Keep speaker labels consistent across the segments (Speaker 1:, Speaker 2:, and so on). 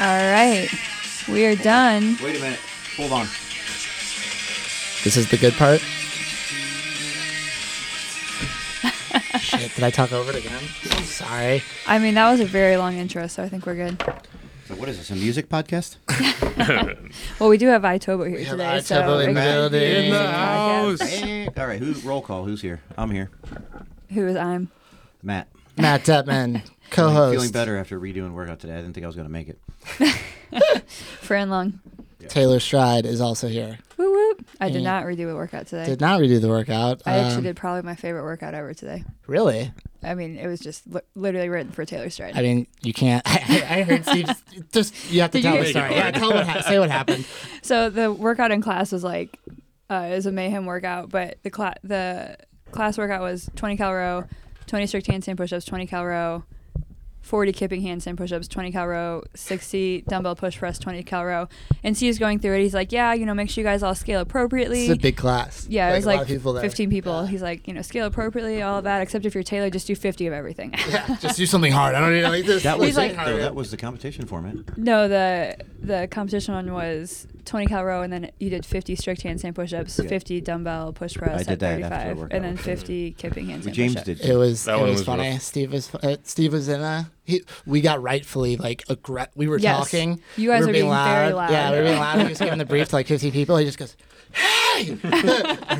Speaker 1: All right. We are done.
Speaker 2: Wait a minute. Hold on.
Speaker 3: This is the good part. Shit, did I talk over it again? I'm sorry.
Speaker 1: I mean, that was a very long intro, so I think we're good.
Speaker 2: So what is this? A music podcast?
Speaker 1: Well, we do have Itobo here
Speaker 3: We have
Speaker 1: today.
Speaker 3: Itobo
Speaker 1: so
Speaker 3: in
Speaker 1: it could
Speaker 3: the
Speaker 1: be
Speaker 3: building. In the
Speaker 1: a podcast.
Speaker 2: Eh, All right. Who's roll call? Who's here? I'm here.
Speaker 1: Who is I'm?
Speaker 2: Matt.
Speaker 3: Matt Detman,
Speaker 2: I'm
Speaker 3: co-host.
Speaker 2: Feeling better after redoing workout today. I didn't think I was going to make it.
Speaker 1: Fran Lung.
Speaker 3: Taylor Stride is also here.
Speaker 1: Woo whoop. I did
Speaker 3: Yeah.
Speaker 1: not redo a workout today.
Speaker 3: Did not redo the workout.
Speaker 1: I actually
Speaker 3: Um,
Speaker 1: did probably my favorite workout ever today.
Speaker 3: Really?
Speaker 1: I mean, it was just li- literally written for Taylor Stride.
Speaker 3: I mean, you can't. I, I heard Steve. Just you have to
Speaker 1: Did
Speaker 3: tell
Speaker 1: you-
Speaker 3: the story. Yeah, tell what ha- say what happened.
Speaker 1: so the workout in class was like, uh, it was a mayhem workout, but the cla- the class workout was 20 cal row, 20 strict handstand push-ups, 20 cal row, 40 kipping handstand push-ups, 20 cal row, 60 dumbbell push press, 20 cal row. And Steve's going through it. He's like, yeah, you know, make sure you guys all scale appropriately.
Speaker 3: It's a big class.
Speaker 1: Yeah, it was
Speaker 3: a lot
Speaker 1: like
Speaker 3: of people there.
Speaker 1: 15 people. He's like, you know, scale appropriately, all of that, except if you're Taylor, just do 50 of everything.
Speaker 3: Yeah, just do something hard. I don't need to like this.
Speaker 2: That was
Speaker 1: He's like-
Speaker 2: it, though. That was the competition format.
Speaker 1: no, the the competition one was 20 cal row, and then you did 50 strict handstand push-ups, 50 dumbbell push press
Speaker 2: I
Speaker 1: at
Speaker 2: did that after the
Speaker 1: 35,
Speaker 2: workout.
Speaker 1: and then 50 kipping handstand
Speaker 2: James
Speaker 1: push-ups.
Speaker 2: did.
Speaker 3: It was.
Speaker 4: That
Speaker 3: it
Speaker 4: one
Speaker 3: was,
Speaker 4: was
Speaker 3: funny.
Speaker 4: rough.
Speaker 3: Steve was. Uh, Steve was in a. He, we got rightfully like aggre- We were
Speaker 1: Yes.
Speaker 3: talking.
Speaker 1: You guys
Speaker 3: we were
Speaker 1: are being very loud.
Speaker 3: Yeah, we were being loud. He was giving the brief to like 50 people. He just goes, "Hey!" we're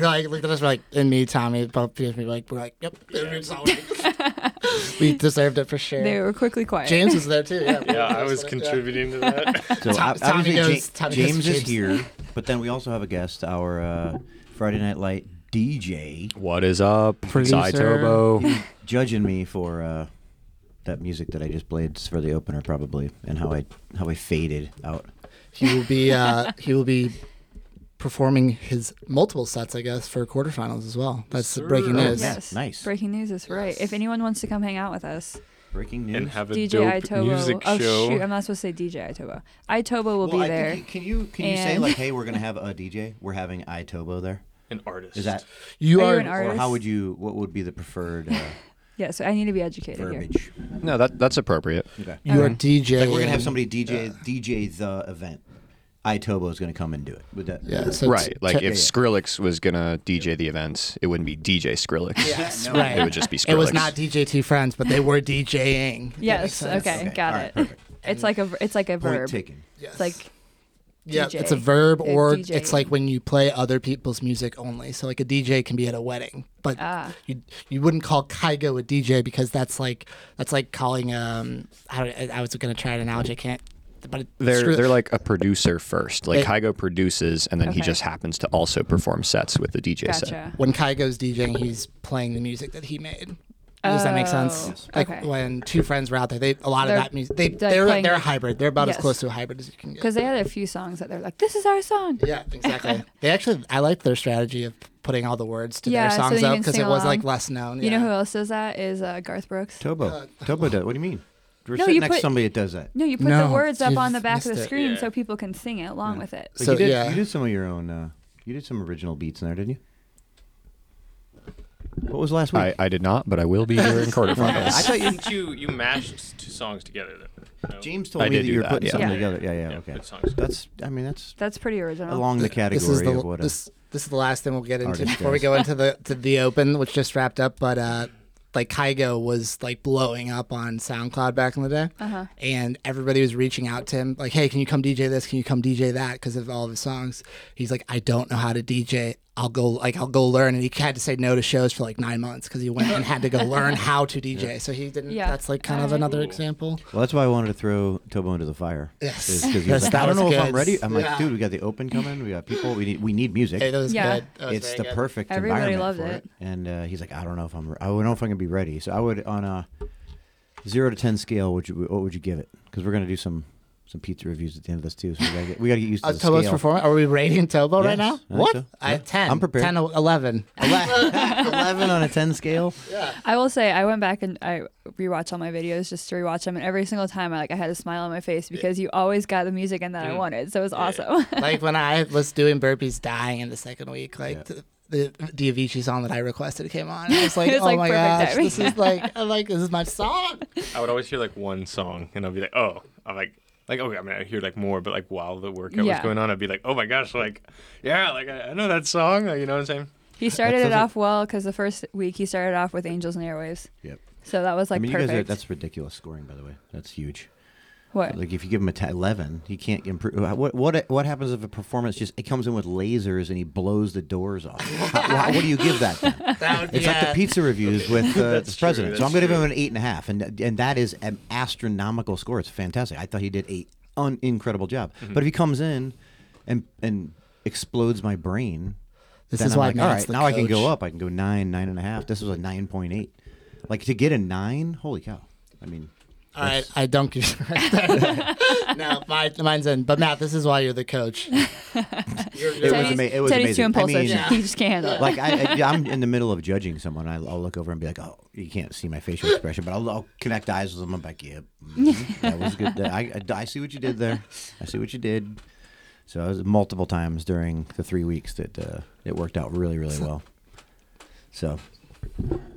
Speaker 3: like, looked at us. We're like, and me, Tommy, both of us, we were like, we're like, yep. We're just all like- we deserved it for sure.
Speaker 1: They were quickly quiet.
Speaker 3: James was there too. Yeah,
Speaker 4: Yeah, I was
Speaker 3: Yeah.
Speaker 4: contributing to that.
Speaker 2: So
Speaker 3: Tom-
Speaker 2: ob- obviously
Speaker 3: Tommy
Speaker 2: Ja-
Speaker 3: goes- Tommy goes
Speaker 2: James is
Speaker 3: James.
Speaker 2: here, but then we also have a guest, our uh, Friday Night Light DJ,
Speaker 4: what is up?
Speaker 3: Producer.
Speaker 4: Zytobo.
Speaker 2: judging me for uh, that music that I just played for the opener, probably, and how I how I faded out.
Speaker 3: He will be. Uh, he will be performing his multiple sets, I guess, for quarterfinals as well. That's the breaking
Speaker 4: Sir.
Speaker 3: news.
Speaker 1: Yes.
Speaker 2: Nice.
Speaker 1: Breaking news is right. If anyone wants to come hang out with us,
Speaker 2: Breaking news.
Speaker 4: and have a
Speaker 1: DJ
Speaker 4: dope
Speaker 1: Itobo.
Speaker 4: music
Speaker 1: oh
Speaker 4: show.
Speaker 1: shoot, I'm not supposed to say DJ Itobo. Itobo will be
Speaker 2: I think
Speaker 1: there.
Speaker 2: you- can you can you say
Speaker 1: and-
Speaker 2: like, hey, we're gonna have a DJ. We're having Itobo there.
Speaker 4: An artist.
Speaker 2: Is that
Speaker 3: You
Speaker 1: Are
Speaker 3: are.
Speaker 1: you an
Speaker 2: or
Speaker 1: Artist?
Speaker 2: how would you? What would be the preferred uh,
Speaker 1: yeah, so I need to be educated here.
Speaker 2: verbiage?
Speaker 5: No, that that's appropriate.
Speaker 2: Okay.
Speaker 3: you are
Speaker 1: Okay.
Speaker 3: DJ.
Speaker 2: Like we're gonna have somebody DJ DJ the event. Itobo is gonna come and do it. Would that?
Speaker 3: Yeah. So it's-
Speaker 5: Right. Like
Speaker 3: te-
Speaker 5: if Skrillex was gonna DJ the events, it wouldn't be DJ Skrillex.
Speaker 3: Yes, right.
Speaker 5: It would just be Skrillex.
Speaker 3: It was not DJT friends, but they were DJing. That makes
Speaker 1: Yes.
Speaker 3: sense.
Speaker 1: Okay.
Speaker 2: Okay,
Speaker 1: Got
Speaker 2: all right,
Speaker 1: it.
Speaker 2: perfect.
Speaker 1: It's like a ver- it's like a
Speaker 2: Point
Speaker 1: verb.
Speaker 2: taken.
Speaker 3: Yes.
Speaker 1: It's like
Speaker 3: yeah,
Speaker 1: DJ.
Speaker 3: it's a verb,
Speaker 1: They're
Speaker 3: or
Speaker 1: DJing.
Speaker 3: it's like when you play other people's music only. So like a DJ can be at a wedding, but
Speaker 1: Ah.
Speaker 3: you you wouldn't call Kygo a DJ because that's like that's like calling um I, don't- I was gonna try an analogy, I can't. But it,
Speaker 5: They're
Speaker 3: screw-
Speaker 5: they're like a producer first. Like
Speaker 3: They-
Speaker 5: Kygo produces, and then he
Speaker 1: Okay.
Speaker 5: just happens to also perform sets with the DJ set.
Speaker 1: gotcha.
Speaker 3: when Kygo's DJing, he's playing the music that he made. Does that make
Speaker 1: Oh,
Speaker 3: sense? Like
Speaker 1: okay.
Speaker 3: when two friends were out there, they a lot
Speaker 1: They're-
Speaker 3: of that music. They
Speaker 1: they're
Speaker 3: they're
Speaker 1: playing-
Speaker 3: they're a hybrid. They're about
Speaker 1: Yes.
Speaker 3: as close to a hybrid as you can get.
Speaker 1: Because they had a few songs that they're like, "This is our song."
Speaker 3: Yeah, exactly. they actually, I liked their strategy of putting all the words to
Speaker 1: Yeah,
Speaker 3: their
Speaker 1: so
Speaker 3: songs
Speaker 1: then you
Speaker 3: up
Speaker 1: can
Speaker 3: because
Speaker 1: sing
Speaker 3: it was like
Speaker 1: along.
Speaker 3: less known.
Speaker 1: You know
Speaker 3: yeah.
Speaker 1: who else does that? Is uh, Garth Brooks.
Speaker 2: Tobo. Tobo does. What do you mean? We're
Speaker 1: No,
Speaker 2: sitting
Speaker 1: you
Speaker 2: next
Speaker 1: put-
Speaker 2: to somebody that does that.
Speaker 1: No, you put the
Speaker 3: No,
Speaker 1: words up
Speaker 3: you've
Speaker 1: on the back of the
Speaker 3: missed it.
Speaker 1: screen
Speaker 4: Yeah.
Speaker 1: so people can sing it along with it.
Speaker 2: But
Speaker 3: So,
Speaker 2: you did,
Speaker 3: yeah.
Speaker 2: you did some of your own. Uh, you did some original beats in there, didn't you? What was last week?
Speaker 5: I, uh, I did not, but I will be here in quarterfinals.
Speaker 2: I thought you.
Speaker 4: Didn't you you mashed two songs together though? No?
Speaker 2: James told
Speaker 5: I
Speaker 2: me
Speaker 5: did
Speaker 2: that
Speaker 5: do
Speaker 2: you were
Speaker 5: that,
Speaker 2: putting
Speaker 5: yeah.
Speaker 2: something
Speaker 1: Yeah.
Speaker 2: together. Yeah, yeah, okay.
Speaker 4: good songs.
Speaker 2: That's. I mean, that's
Speaker 1: That's pretty original.
Speaker 2: along the category
Speaker 3: This is the
Speaker 2: of what. a-
Speaker 3: this, this is the last thing we'll get into
Speaker 2: Artist
Speaker 3: before we
Speaker 2: does.
Speaker 3: go into the to the open, which just wrapped up. But uh, like Kygo was like blowing up on SoundCloud back in the day,
Speaker 1: Uh-huh.
Speaker 3: and everybody was reaching out to him like, "Hey, can you come DJ this? Can you come DJ that?" Because of all of his songs, he's like, "I don't know how to DJ." I'll go like I'll go learn, and he had to say no to shows for like nine months because he went and had to go learn how to DJ. So he didn't.
Speaker 1: Yeah.
Speaker 3: That's like kind of
Speaker 1: Alright.
Speaker 3: another
Speaker 4: Cool.
Speaker 3: example.
Speaker 2: Well, that's why I wanted to throw Tobo into the fire.
Speaker 3: Yes.
Speaker 2: Is 'cause he was
Speaker 3: Yes,
Speaker 2: like,
Speaker 3: that
Speaker 2: I don't
Speaker 3: was
Speaker 2: know if
Speaker 3: good.
Speaker 2: I'm ready. I'm like,
Speaker 3: Yeah.
Speaker 2: dude, we got the open coming. We got people. We need. We need music.
Speaker 3: Hey, that was
Speaker 1: Yeah.
Speaker 3: good. That was
Speaker 2: it's
Speaker 3: very
Speaker 2: the
Speaker 3: good.
Speaker 2: perfect
Speaker 1: Everybody
Speaker 2: environment
Speaker 1: loved
Speaker 2: for it.
Speaker 1: it.
Speaker 2: And uh, he's like, I don't know if I'm. re- I don't know if I'm gonna be ready. So I would on a zero to ten scale. Would you? What would you give it? Because we're gonna do some some pizza reviews at the end of this too. So we gotta get, we gotta get used to
Speaker 3: Uh,
Speaker 2: the
Speaker 3: Tobo's
Speaker 2: scale.
Speaker 3: performance. Are we rating Tobo
Speaker 2: Yes,
Speaker 3: right now?
Speaker 2: I think
Speaker 3: what?
Speaker 2: so.
Speaker 3: I,
Speaker 2: Yeah.
Speaker 3: 10.
Speaker 2: I'm prepared.
Speaker 3: 10, 11.
Speaker 2: Ele- Eleven on a ten scale.
Speaker 1: I will say, I went back and I rewatched all my videos just to rewatch them, and every single time I like I had a smile on my face because you always got the music and
Speaker 2: Mm.
Speaker 1: that I wanted, so it was awesome.
Speaker 3: like when I was doing burpees dying in the second week, like the the, the Avicii song that I requested came on. I was like,
Speaker 1: It's
Speaker 3: oh
Speaker 1: like
Speaker 3: my
Speaker 1: perfect
Speaker 3: gosh,
Speaker 1: timing.
Speaker 3: this is like, I'm like, this is my song.
Speaker 4: I would always hear like one song, and I'd be like, oh, I'm like, Like okay, I mean I hear like more, but like while the workout
Speaker 1: Yeah.
Speaker 4: was going on, I'd be like, oh my gosh, like yeah, like I, I know that song. Like, you know what I'm saying?
Speaker 1: He started it
Speaker 2: doesn't-
Speaker 1: off well because the first week he started off with Angels and Airwaves.
Speaker 2: Yep.
Speaker 1: So that was like
Speaker 2: I mean,
Speaker 1: perfect.
Speaker 2: you guys, are, that's ridiculous scoring, by the way. That's huge.
Speaker 1: what?
Speaker 2: Like, if you give him a t- eleven, he can't improve. uh, What what what happens if a performance just it comes in with lasers and he blows the doors off? How- wh- what do you give that? Then?
Speaker 3: That would be
Speaker 2: It's like the pizza reviews with uh,
Speaker 4: That's
Speaker 2: the president.
Speaker 4: true,
Speaker 2: so I'm
Speaker 4: that's
Speaker 2: going to give him an eight and a half, and and that is an astronomical score. It's fantastic. I thought he did a un- incredible job.
Speaker 4: Mm-hmm.
Speaker 2: But if he comes in and and explodes my brain,
Speaker 3: This
Speaker 2: then
Speaker 3: is
Speaker 2: I'm
Speaker 3: why
Speaker 2: like, all
Speaker 3: Matt's
Speaker 2: right,
Speaker 3: the
Speaker 2: now I can go
Speaker 3: coach.
Speaker 2: up. I can go nine, nine and a half. This was a nine point eight. Like to get a nine, holy cow! I mean,
Speaker 3: All right, I don't get No, mine, mine's in. But Matt, this is why you're the coach. You're-
Speaker 2: It was
Speaker 1: Teddy's,
Speaker 2: ama- it was
Speaker 1: Teddy's
Speaker 2: amazing.
Speaker 1: too
Speaker 2: I
Speaker 1: impulsive.
Speaker 2: mean-
Speaker 1: he just can't handle it.
Speaker 2: like I, I, am in the middle of judging someone. I, I'll look over and be like, "Oh, you can't see my facial expression," but I'll, I'll connect eyes with them. I'm like, "Yeah, mhm, that was good. I, I, I see what you did there. I see what you did." So it was multiple times during the three weeks that uh, it worked out really, really well. So,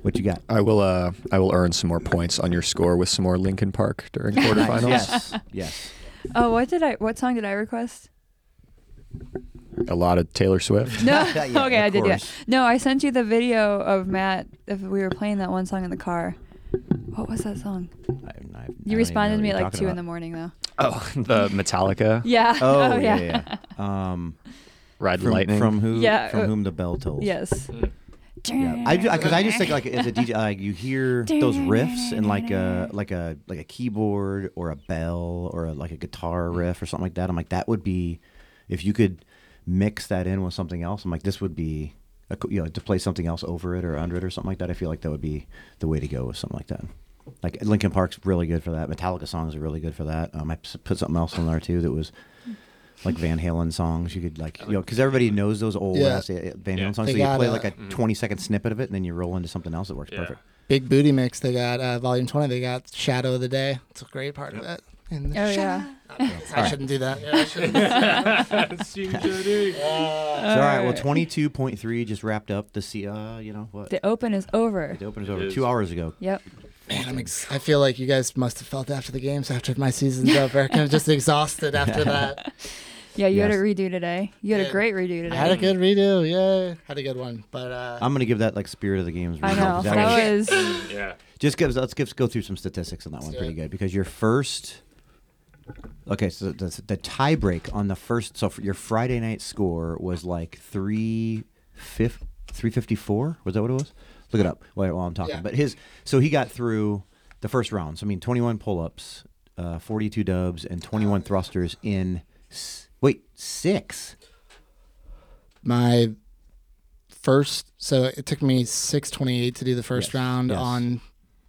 Speaker 2: what you got?
Speaker 5: I will. Uh, I will earn some more points on your score with some more Linkin Park during quarterfinals.
Speaker 2: Yes, yes.
Speaker 1: oh, what did I? What song did I request?
Speaker 5: A lot of Taylor Swift.
Speaker 1: No.
Speaker 2: Yeah, of
Speaker 1: okay, I did. Yeah.
Speaker 2: course.
Speaker 1: No, I sent you the video of Matt. If we were playing that one song in the car. What was that song?
Speaker 2: I, I,
Speaker 1: You responded to me at like two in the morning though.
Speaker 5: Oh, the Metallica
Speaker 1: Yeah.
Speaker 2: Oh, yeah, yeah. yeah. Um,
Speaker 5: Ride the
Speaker 2: from,
Speaker 5: Lightning.
Speaker 2: from who?
Speaker 1: Yeah,
Speaker 2: From
Speaker 1: uh,
Speaker 2: whom the bell tolls.
Speaker 1: Yes. Oh,
Speaker 2: Yeah, I because I, just think like as a DJ, like you hear those riffs and like a like a like a keyboard or a bell or a, like a
Speaker 3: Mm.
Speaker 2: guitar riff or something like that. I'm like that would be if you could mix that in with something else. I'm like this would be a, co- you know to play something else over it or under it or something like that. I feel like that would be the way to go with something like that. Like Linkin Park's really good for that. Metallica songs are really good for that. Um, I s- put something else on there too that was like Van Halen songs. You could like, you know, because everybody knows those old
Speaker 3: Yeah.
Speaker 2: ass eh, Van Halen
Speaker 4: Yeah.
Speaker 2: songs.
Speaker 3: They
Speaker 2: so you
Speaker 3: got
Speaker 2: play
Speaker 3: a-
Speaker 2: like a 20 second snippet of it, and then you roll into something else that works
Speaker 4: Mm. Yeah.
Speaker 2: perfect.
Speaker 3: Big booty mix. They got uh, volume twenty. They got Shadow of the Day. It's a great part of it. And the
Speaker 1: Oh
Speaker 3: sh-
Speaker 1: yeah.
Speaker 3: I shouldn't do that.
Speaker 1: Uh,
Speaker 2: So, all right, well, 22.3 just wrapped up the C, uh, you know what?
Speaker 1: The open is over.
Speaker 2: The open is over
Speaker 4: is.
Speaker 2: two hours ago.
Speaker 1: Yep.
Speaker 3: Man, I'm ex- I feel like you guys must have felt after the games, after my season's over. I'm just exhausted after that.
Speaker 1: Yeah, you had
Speaker 2: Yes.
Speaker 1: a redo today. You had a
Speaker 3: Yeah.
Speaker 1: great redo today.
Speaker 3: I had a good redo. Yay. Had a good one. But uh,
Speaker 2: I'm gonna give that like spirit of the games.
Speaker 1: I
Speaker 2: result.
Speaker 1: know.
Speaker 2: Is
Speaker 1: That,
Speaker 2: what-
Speaker 1: was,
Speaker 4: Yeah.
Speaker 2: just gives. Let's give, go through some statistics on that one.
Speaker 3: do
Speaker 2: Pretty
Speaker 3: it.
Speaker 2: good because your first. Okay, so the, the tie break on the first. So for your Friday night score was like three fif- 354? Was that what it was? Look it up while, while I'm talking.
Speaker 3: Yeah.
Speaker 2: But his. So he got through the first round. So I mean, 21 pull ups, uh, 42 dubs, and 21 thrusters in. S- wait, six?
Speaker 3: my first so it took me 628 to do the first
Speaker 2: Yes,
Speaker 3: round
Speaker 2: yes.
Speaker 3: on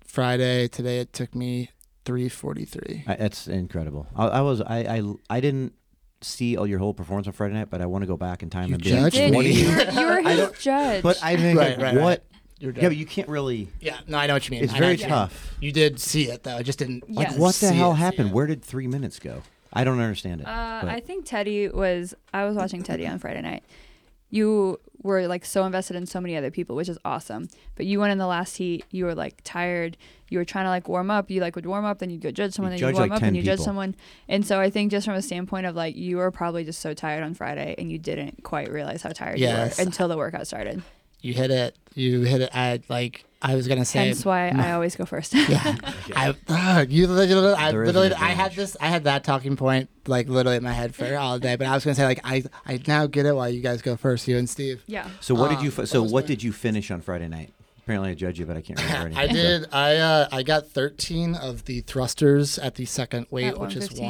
Speaker 3: friday today it took me 343
Speaker 2: I, that's incredible. I, I was I, I I didn't see all your whole performance on Friday night, but I want to go back in time
Speaker 3: You
Speaker 2: and be like,
Speaker 3: judged
Speaker 1: did,
Speaker 2: what do
Speaker 3: me.
Speaker 1: you,
Speaker 2: you?
Speaker 1: were, you were his judge.
Speaker 2: But I think
Speaker 3: Right,
Speaker 2: like,
Speaker 3: right, right.
Speaker 2: what?
Speaker 3: You're
Speaker 2: Yeah, but you can't really.
Speaker 3: yeah no i know what you mean
Speaker 2: It's
Speaker 3: I know
Speaker 2: very
Speaker 3: what you
Speaker 2: tough.
Speaker 3: mean. you did see it though i just didn't
Speaker 1: Yes.
Speaker 2: Like, what the
Speaker 3: see
Speaker 2: hell
Speaker 3: it, see
Speaker 2: happened?
Speaker 3: it.
Speaker 2: Where did three minutes go? I don't understand it.
Speaker 1: Uh,
Speaker 2: but-
Speaker 1: I think Teddy was. I was watching Teddy on Friday night. You were like so invested in so many other people, which is awesome. But you went in the last heat. You were like tired. You were trying to like warm up. You like would warm up, then you'd go judge someone, then
Speaker 2: judge,
Speaker 1: you warm
Speaker 2: like,
Speaker 1: up, and
Speaker 2: 10
Speaker 1: you judge
Speaker 2: people.
Speaker 1: someone. And so I think just from a standpoint of like you were probably just so tired on Friday, and you didn't quite realize how tired
Speaker 3: Yes.
Speaker 1: you were until the workout started.
Speaker 3: you hit it you hit it i like i was gonna say
Speaker 1: Hence why
Speaker 2: Mm.
Speaker 1: I always go first.
Speaker 3: yeah, I, ugh, you literally, I,
Speaker 2: There is an
Speaker 3: literally I had
Speaker 2: advantage.
Speaker 3: this, I had that talking point like literally in my head for all day. But I was gonna say like I, I now get it why you guys go first, you and Steve.
Speaker 1: yeah.
Speaker 2: so what did
Speaker 3: um,
Speaker 2: you?
Speaker 3: what
Speaker 2: Fi- so
Speaker 3: was
Speaker 2: what
Speaker 3: my-
Speaker 2: did you finish on Friday night? Apparently, I judge you, but I can't remember anything.
Speaker 3: I did. I uh, I got 13 of the thrusters at the second weight,
Speaker 1: At
Speaker 3: which is
Speaker 1: 115.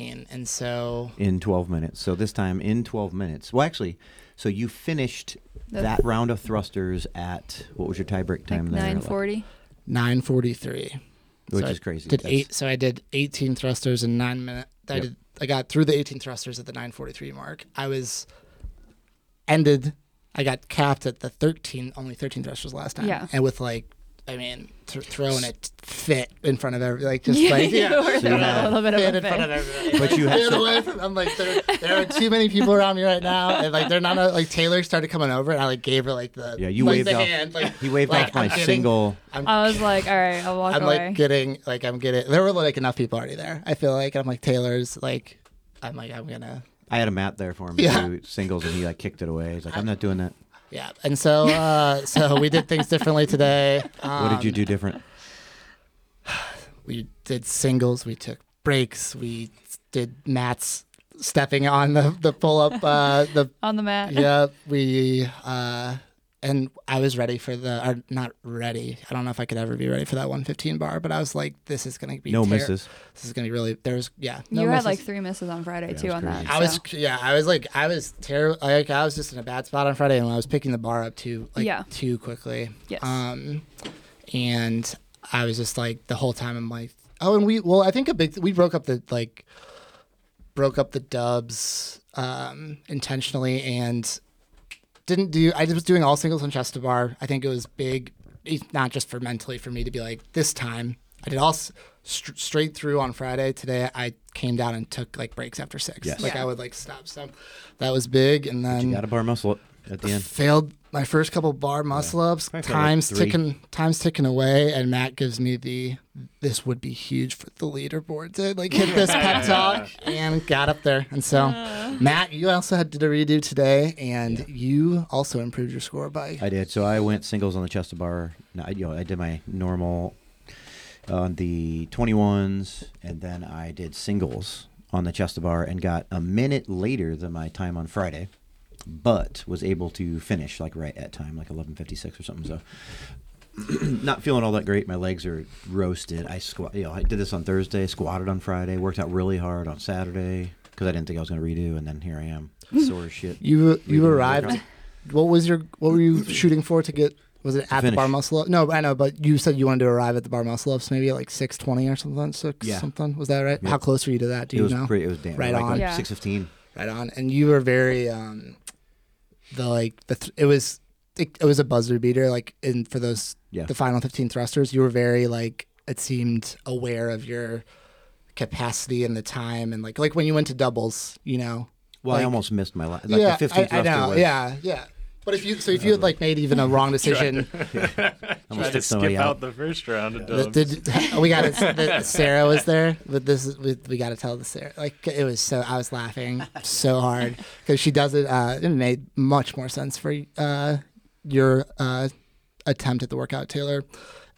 Speaker 3: 115, and so
Speaker 2: in 12 minutes. So this time in 12 minutes. Well, actually, so you finished
Speaker 1: The-
Speaker 2: that round of thrusters at what was your tie break time?
Speaker 1: Like
Speaker 2: there?
Speaker 1: nine forty.
Speaker 3: 943,
Speaker 2: which
Speaker 3: So I
Speaker 2: is crazy.
Speaker 3: Did
Speaker 2: That's-
Speaker 3: eight. So I did 18 thrusters in nine minutes. I
Speaker 2: Yep.
Speaker 3: did. I got through the 18 thrusters at the 943 mark. I was ended. I got capped at the 13, only 13 thrusters last time.
Speaker 1: Yeah.
Speaker 3: And with like I mean, th- throwing a t- fit in front of every like just like
Speaker 1: you
Speaker 3: yeah.
Speaker 1: were
Speaker 2: Yeah.
Speaker 1: a little bit of
Speaker 3: fit
Speaker 1: a
Speaker 3: in front of
Speaker 1: bit.
Speaker 3: everybody.
Speaker 2: But you
Speaker 3: Like,
Speaker 2: had
Speaker 3: get
Speaker 2: to-
Speaker 3: away from- I'm like, there, there are too many people around me right now, and like they're not. A, like Taylor started coming over, and I like gave her like the
Speaker 2: Yeah, you
Speaker 3: like,
Speaker 2: waved
Speaker 3: the
Speaker 2: off-
Speaker 3: hand, like,
Speaker 2: He waved
Speaker 3: like,
Speaker 2: off my
Speaker 3: I'm getting-
Speaker 2: single.
Speaker 3: I'm,
Speaker 1: I was like, all right, I'll walk
Speaker 3: I'm
Speaker 1: away.
Speaker 3: like getting like I'm getting. There were like enough people already there. I feel like I'm like Taylor's like. I'm like I'm gonna
Speaker 2: I had a mat there for him
Speaker 3: Yeah.
Speaker 2: too, singles, and he like kicked it away. He's like, I'm not doing that.
Speaker 3: yeah, and so uh so we did things differently today.
Speaker 2: What did you
Speaker 3: Um,
Speaker 2: do different?
Speaker 3: we did singles, we took breaks, we did mats stepping on the, the pull up uh the
Speaker 1: on the mat.
Speaker 3: yeah, we uh and I was ready for the or not ready. I don't know if I could ever be ready for that 115 bar, but I was like this is going to be
Speaker 2: No
Speaker 3: ter-
Speaker 2: misses.
Speaker 3: This is going to be really there's yeah. No
Speaker 1: you had
Speaker 3: misses.
Speaker 1: like three misses on Friday too
Speaker 2: was
Speaker 1: on
Speaker 2: crazy.
Speaker 1: that.
Speaker 3: I was
Speaker 1: so.
Speaker 3: yeah, I was like I was terrible. Like I was just in a bad spot on Friday, and I was picking the bar up too like
Speaker 1: Yeah.
Speaker 3: too quickly.
Speaker 1: Yes.
Speaker 3: Um, and I was just like the whole time I'm like, oh, and we well I think a big we broke up the like broke up the dubs um intentionally and didn't do I was doing all singles on Chester Bar. I think it was big, it's not just for mentally for me to be like this time. I did all s- str straight through on Friday. Today I came down and took like breaks after six.
Speaker 2: Yes.
Speaker 3: Like
Speaker 1: Yeah.
Speaker 3: I would like stop some. That was big, and
Speaker 2: You got
Speaker 3: then
Speaker 2: a bar muscle up at Mm. the end.
Speaker 3: failed my first couple bar muscle ups.
Speaker 2: I felt like
Speaker 3: Times
Speaker 2: three.
Speaker 3: ticking, times ticking away, and Matt gives me the this would be huge for the leaderboard to like hit this pep talk and got up there. And so, Matt, you also had did a redo today, and you also improved your score by
Speaker 2: I did. So I went singles on the chest of bar. No, I, you know, I did my normal on the 21s, and then I did singles on the chest of bar and got a minute later than my time on Friday, but was able to finish like right at time, like 11:56 or something. So not feeling all that great. My legs are roasted. I squat. You know, I did this on Thursday, squatted on Friday, worked out really hard on Saturday because I didn't think I was going to redo, and then here I am, sore as shit.
Speaker 3: you. You
Speaker 2: Leaderboard
Speaker 3: arrived.
Speaker 2: workout.
Speaker 3: What was your What were you shooting for to get? Was it at the
Speaker 2: Finish.
Speaker 3: bar muscle up? No, I know, but you said you wanted to arrive at the bar muscle ups maybe at like six twenty or something. Six
Speaker 2: Yeah.
Speaker 3: something was that right?
Speaker 2: Yeah.
Speaker 3: How close were you to that? Do
Speaker 2: it
Speaker 3: you
Speaker 2: was
Speaker 3: know?
Speaker 2: pretty. It was damn
Speaker 3: Right
Speaker 2: like,
Speaker 3: on.
Speaker 2: Like
Speaker 1: Yeah.
Speaker 2: 6:15.
Speaker 3: right on and you were very um the like the th- it was it, it was a buzzer beater like in for those
Speaker 2: Yeah.
Speaker 3: the final 15 thrusters you were very like it seemed aware of your capacity and the time and like like when you went to doubles you know
Speaker 2: Well, I
Speaker 3: Like-
Speaker 2: almost missed my last. Like
Speaker 3: yeah
Speaker 2: the 15th
Speaker 3: I, I
Speaker 2: roster
Speaker 3: know
Speaker 2: was,
Speaker 3: yeah yeah but if you so if you had like made even a wrong decision
Speaker 2: I
Speaker 4: Tried
Speaker 2: almost
Speaker 4: to
Speaker 2: took
Speaker 4: skip
Speaker 2: somebody
Speaker 4: out.
Speaker 2: out.
Speaker 4: the first round of
Speaker 3: the,
Speaker 4: dubs.
Speaker 3: the, we got it Sarah was there but this is we, we got to tell the Sarah like it was so I was laughing so hard because she does it uh it made much more sense for uh your uh attempt at the workout Taylor